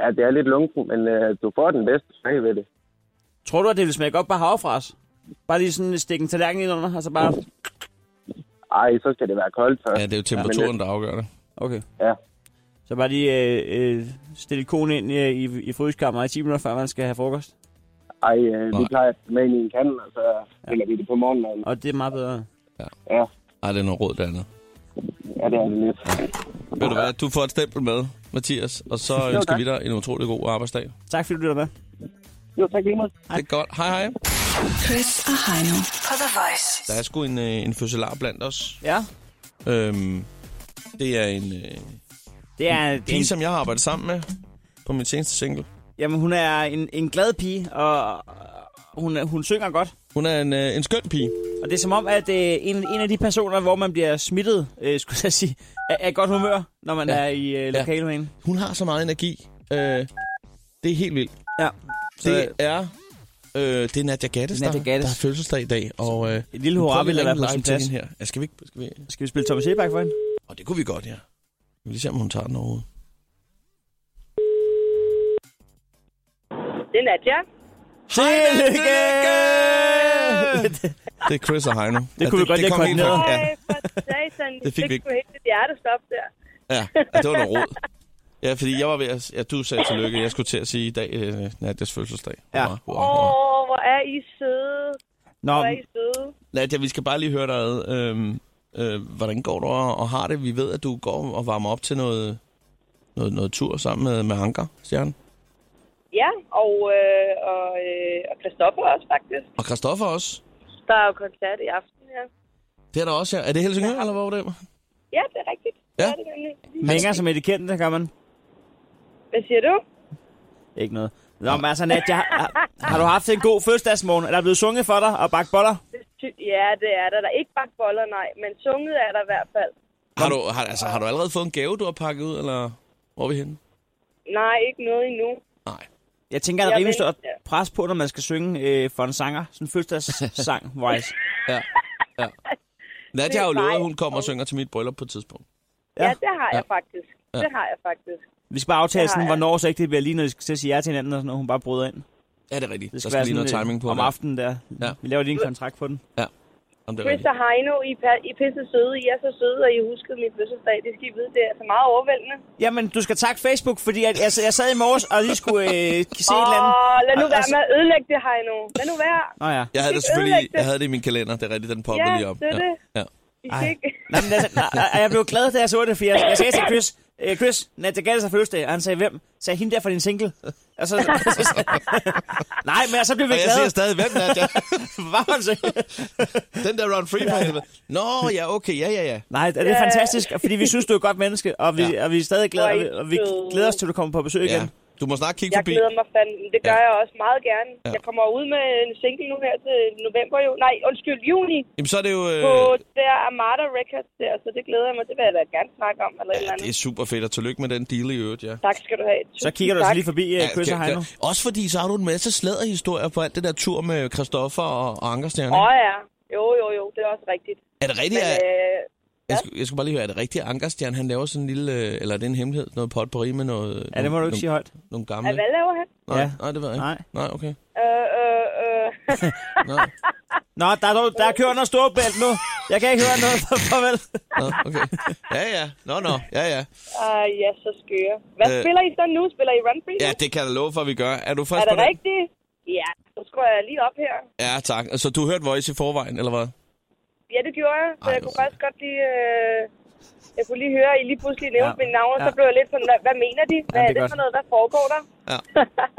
S5: Ja, det er lidt lunken, men øh, du får den bedste smag ved det.
S3: Tror du, at det vil smage godt på havfras? Bare lige sådan stikke en tallerken ind under, og så bare...
S5: Ej, så skal det være koldt først.
S2: Ja, det er jo temperaturen, der afgør det.
S3: Okay.
S5: Ja.
S3: Så bare lige øh, øh, stille konen ind i, i, i fryskammeret i 10 minutter, før man skal have frokost.
S5: Ej, øh, vi
S2: Nej.
S5: plejer at med ind i en kande, og så hælder vi det på morgenen.
S3: Og det er meget bedre.
S5: Ja,
S2: Ej, det er noget råd, det andet.
S5: ja det er det lidt.
S2: Ved du hvad, du får et stempel med, Mathias, og så ønsker vi dig en utrolig god arbejdsdag.
S3: Tak fordi du lytter med.
S5: Jo, tak lige meget.
S2: Det er godt. Hej, hej.
S1: Chris og Heino på The Voice.
S2: Der er sgu en, øh, en fødselar blandt os.
S3: Ja.
S2: Øhm, det er en øh,
S3: Det er, det er
S2: pige,
S3: en,
S2: som jeg har arbejdet sammen med på min seneste single.
S3: jamen, hun er en, en glad pige, og og hun, er- hun synger godt.
S2: Hun er en, øh, en skøn pige.
S3: Og det er som om, at øh, en, en af de personer, hvor man bliver smittet, øh, skulle jeg sige, er, er godt humør, når man
S2: Ja.
S3: ja. er i øh, lokalet med hende.
S2: Hun har så meget energi. Øh, det er helt vildt.
S3: Ja. Så
S2: Det er, øh, det er Nadia Gattes,
S3: Nadia
S2: der,
S3: Gattes.
S2: der har fødselsdag i dag. Og, øh,
S3: et lille
S2: nu prøver
S3: hurra
S2: vi
S3: ville
S2: at
S3: være
S2: ringe
S3: på sin
S2: live til
S3: plads.
S2: hende Her. Ja, skal vi ikke... Skal vi,
S3: skal vi spille Thomas Sebak for hende?
S2: og det kunne vi godt, ja. Vi vil lige se, om hun tager den overhovedet.
S4: Det er Nadia.
S3: Tillykke!
S2: Det er Chris og Heino. Det
S3: kunne vi godt lige
S2: kom helt
S3: koordinere.
S2: fra- Ja,
S4: Hej, for satan.
S2: Det fik vi ikke.
S4: kunne helt dit hjerte stoppe der.
S2: ja. ja, det var noget råd. Ja, fordi jeg var ved at... Ja, du sagde tillykke. Jeg skulle til at sige i dag, øh, Nadias fødselsdag.
S3: Ja.
S2: Hurra, hurra, hurra.
S4: Åh, hvor er I søde.
S3: Nå,
S4: Hvor er I søde.
S2: Nadia, vi skal bare lige høre dig ad. Øhm, øh, hvordan går du og og har det? Vi ved, at du går og varmer op til noget, noget, noget tur sammen med, med Anker, Stjerne.
S4: Ja, og, øh, og, øh, og Christoffer også faktisk.
S2: Og Christoffer også.
S4: Der er jo koncert i aften, ja.
S2: Det er der også, ja. Er det Helsingør, ja. eller hvor er det?
S4: Ja, det er rigtigt.
S2: Ja.
S4: Det er det nemlig.
S3: Længere som etiketten, der kan man.
S4: Hvad siger du?
S3: Ikke noget. Nå, men altså, Nadia, har, har du haft en god fødselsdagsmorgen? Er der blevet sunget for dig og bagt boller?
S4: Det sy- Ja, det er der. Der er ikke bare boller, nej, men sunget er der i hvert fald.
S2: Har du, har, altså, har du allerede fået en gave, du har pakket ud, eller hvor er vi henne?
S4: Nej, ikke noget endnu.
S2: Nej.
S3: Jeg tænker, at der er
S4: Jeg
S3: rimelig stort
S4: ved det.
S3: pres på, når man skal synge øh, for en sanger. Sådan en fødselsdagssang, voice.
S2: Ja. ja. Nadia har jo
S4: Det er
S2: lovet, at
S4: dig.
S2: hun kommer og synger til mit bryllup på et tidspunkt.
S4: Ja, ja det har jeg
S2: Ja.
S4: faktisk.
S2: Ja.
S4: Det har jeg faktisk.
S3: Vi skal bare aftale
S4: Det har jeg.
S3: sådan, hvornår så ikke det bliver lige, når vi skal til at sige ja til hinanden, og sådan, og hun bare bryder ind.
S2: Ja, det er rigtigt.
S3: Det
S2: der skal lige noget
S3: sådan, øh,
S2: timing på.
S3: Om
S2: der.
S3: aftenen der.
S2: Ja.
S3: Ja. Vi laver lige en kontrakt på den.
S2: Om det er
S4: Chris
S2: rigtigt.
S4: og Heino, I, pa- I er pisse søde. I er så søde, og I huskede min fødselsdag. Det skal I vide. Det er altså meget overvældende.
S3: Jamen, du skal takke Facebook, fordi jeg, jeg, jeg sad i morges og lige skulle øh, se et eller andet.
S4: Åh, lad nu
S3: Og-
S4: være
S3: altså-
S4: med at ødelægge det, Heino. Lad nu være.
S3: Nå ja.
S2: Jeg havde det
S4: Ikke
S2: selvfølgelig
S4: ødelægge det.
S2: jeg havde det i min kalender. Det er rigtigt, den popper
S4: Ja,
S2: lige op.
S4: det er det.
S2: ja.
S4: I
S3: Ej.
S4: skal ikke...
S3: Nej, men altså, nej, nej, jeg blev glad, da jeg så det, for jeg, jeg sagde til Chris, øh, Chris, Nadia Gattes har fødselsdag, og han sagde, hvem? Sagde hende der fra din single. Og så, nej, men altså, så bliver vi
S2: Og jeg
S3: glade.
S2: siger stadig, hvem er det?
S3: Hvad var det?
S2: Den der run free for helvede. Nå, ja, okay, ja, ja, ja.
S3: Nej, det er
S2: Ja.
S3: fantastisk, fordi vi synes, du er et godt menneske, og vi, ja. og vi er stadig glade, og vi, og vi
S7: Hvor I
S3: glæder os til, at du kommer på besøg igen.
S2: Du må snart kigge
S7: Jeg glæder mig fandme. Det gør jeg også meget gerne.
S2: Ja.
S7: Jeg kommer ud med en single nu her til november jo. Nej, undskyld, juni.
S2: Jamen, så er det jo...
S7: På
S2: Øh,
S7: der Amada Records der, så det glæder jeg mig. Det vil jeg da gerne snakke om eller et eller
S2: det er
S7: andet.
S2: super fedt, og tillykke med den deal i øvrigt, ja.
S7: Tak skal du have. Tusind
S3: altså
S7: tak.
S2: altså
S3: øh,
S2: okay, ja. Også fordi, så har du en masse sladderhistorier på alt det der tur med Christoffer og, og Ankerstjerne.
S7: Åh ja. Jo, jo, jo. Det er også rigtigt.
S2: Er det rigtigt,
S7: Men,
S2: at-
S7: øh,
S2: Jeg, skulle, jeg skulle bare lige høre, er det rigtigt, at Ankerstjerne, han laver sådan en lille... øh, Eller er det en hemmelighed? Noget potpourri med noget...
S3: Ja, det må du ikke sige højt.
S2: Nogle
S7: ja,
S2: gamle...
S7: hvad laver han?
S2: Nej,
S3: Ja.
S2: nej, det ved jeg ikke.
S3: Nej.
S2: Nej, okay.
S7: Øh, øh, øh.
S3: Nå, der, er dog, der kører noget storbælt nu. Jeg kan ikke høre noget. Farvel.
S2: Nå, okay. Ja, ja. Nå, nå. Ja, ja.
S7: Ej, ja, så skøre. Hvad
S2: Øh.
S7: spiller I så nu? Spiller I Run Free? nu?
S2: Ja, det kan jeg da love for, at vi gør. Er du frisk
S7: er
S2: på
S7: det
S2: den?
S7: rigtigt? Ja, så skruer jeg lige op her.
S2: Ja, tak. Så du hørte Voice i forvejen, eller hvad?
S7: Ja, det gjorde jeg. Så jeg kunne faktisk godt lige... Øh, jeg kunne lige høre, at I lige pludselig nævnte ja.
S3: Ja.
S7: mit navn, og så
S3: Ja.
S7: blev jeg lidt sådan, hvad, hvad mener de? Hvad
S3: Jamen,
S7: er
S3: det er
S7: det
S3: godt.
S7: for noget, der foregår der?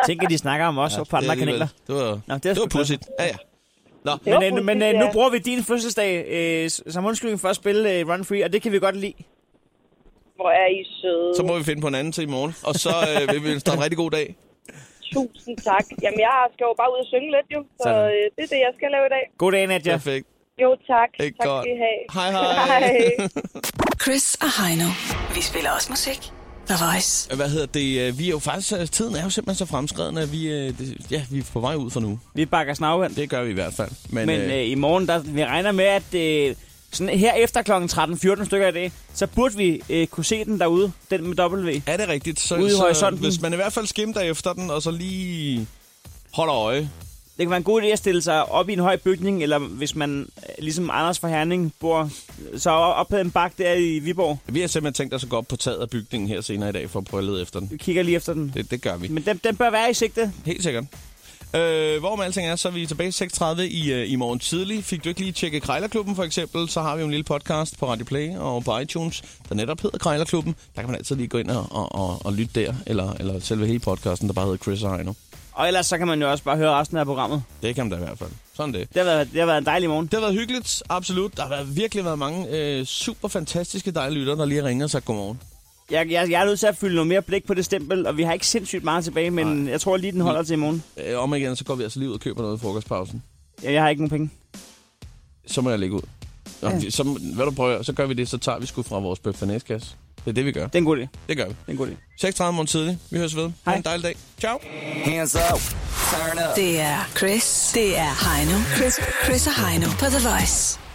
S3: Tænk, at de snakker om os ja, på andre
S2: alligevel-
S3: kanaler.
S2: Det var,
S3: Nå, det, er sgu
S2: var pudsigt. Ja, ja. Nå.
S3: Men,
S2: Nå.
S3: øh, men
S7: pudsigt,
S3: øh, nu
S7: ja.
S3: bruger vi din fødselsdag øh, som undskyldning for at spille øh, Run Free, og det kan vi godt lide.
S7: Hvor er I søde.
S2: Så må vi finde på en anden til i morgen. Og så øh, vil vi ønske dig en rigtig god dag.
S7: Tusind tak. Jamen, jeg skal jo bare ud og synge lidt, jo. Så
S2: Sådan.
S7: øh, det er det, jeg skal lave i dag.
S3: God dag, Nadia.
S2: Perfekt.
S7: Jo, tak.
S2: Det er
S7: tak
S2: godt.
S7: skal I have.
S2: Hej, hej.
S1: Chris og Heino. Vi spiller også musik. The Voice.
S2: Hvad hedder det? øh, Vi er jo faktisk... øh, Tiden er jo simpelthen så fremskreden, at vi, øh, det, ja, vi er på vej ud for nu.
S3: Vi bakker snavvand.
S2: Det gør vi i hvert fald. Men,
S3: Men øh, i morgen, der, vi regner med, at øh, sådan her efter kl. 13-14 stykker i dag, så burde vi øh, kunne se den derude, den med W.
S2: Er det rigtigt? Så,
S3: Ude i
S2: så
S3: horisonten.
S2: hvis man i hvert fald skimter efter den, og så lige holder øje.
S3: Det kan være en god idé at stille sig op i en høj bygning, eller hvis man, øh, ligesom Anders fra Herning, bor så op ad en bak der i Viborg.
S2: Vi har simpelthen tænkt os at gå op på taget af bygningen her senere i dag for at prøve at lede efter den. Vi
S3: kigger lige efter den.
S2: Det, det gør vi.
S3: Men den, den bør være i sigte.
S2: Helt sikkert. Øh, hvor med alting er, så er vi tilbage 6.30 i, øh, i morgen tidlig. Fik du ikke lige tjekket Krejlerklubben for eksempel, så har vi jo en lille podcast på Radio Play og på iTunes, der netop hedder Krejlerklubben. Der kan man altid lige gå ind og, og, og, og lytte der, eller, eller selve hele podcasten, der bare hedder Chris og Heino.
S3: Og ellers så kan man jo også bare høre resten af programmet.
S2: Det kan man da i hvert fald. Sådan det.
S3: Det har været, det har været en dejlig morgen.
S2: Det har været hyggeligt, absolut. Der har været, virkelig været mange øh, super fantastiske dejlige lyttere, der lige ringer og sagt godmorgen.
S3: Jeg, jeg, jeg er nødt til at fylde noget mere blik på det stempel, og vi har ikke sindssygt meget tilbage, men Nej. jeg tror lige, den
S1: Mm.
S3: holder til i morgen.
S2: Øh, om igen, så går vi altså lige ud og køber noget i frokostpausen.
S3: Jeg, jeg har ikke nogen penge.
S2: Så må jeg lægge ud. Nå,
S3: Ja.
S2: ja. så, hvad du prøver, så gør vi det, så tager vi sgu fra vores bøf Det er det, vi gør. Det
S3: er en god idé.
S2: Det gør vi. Det
S3: er en god idé.
S2: 6.30 morgen tidlig. Vi høres ved. Hej. Ha' en dejlig dag. Ciao.
S1: Hands up. Turn
S2: up.
S1: Det er Chris. Det er Heino. Chris, Chris og Heino på The Voice.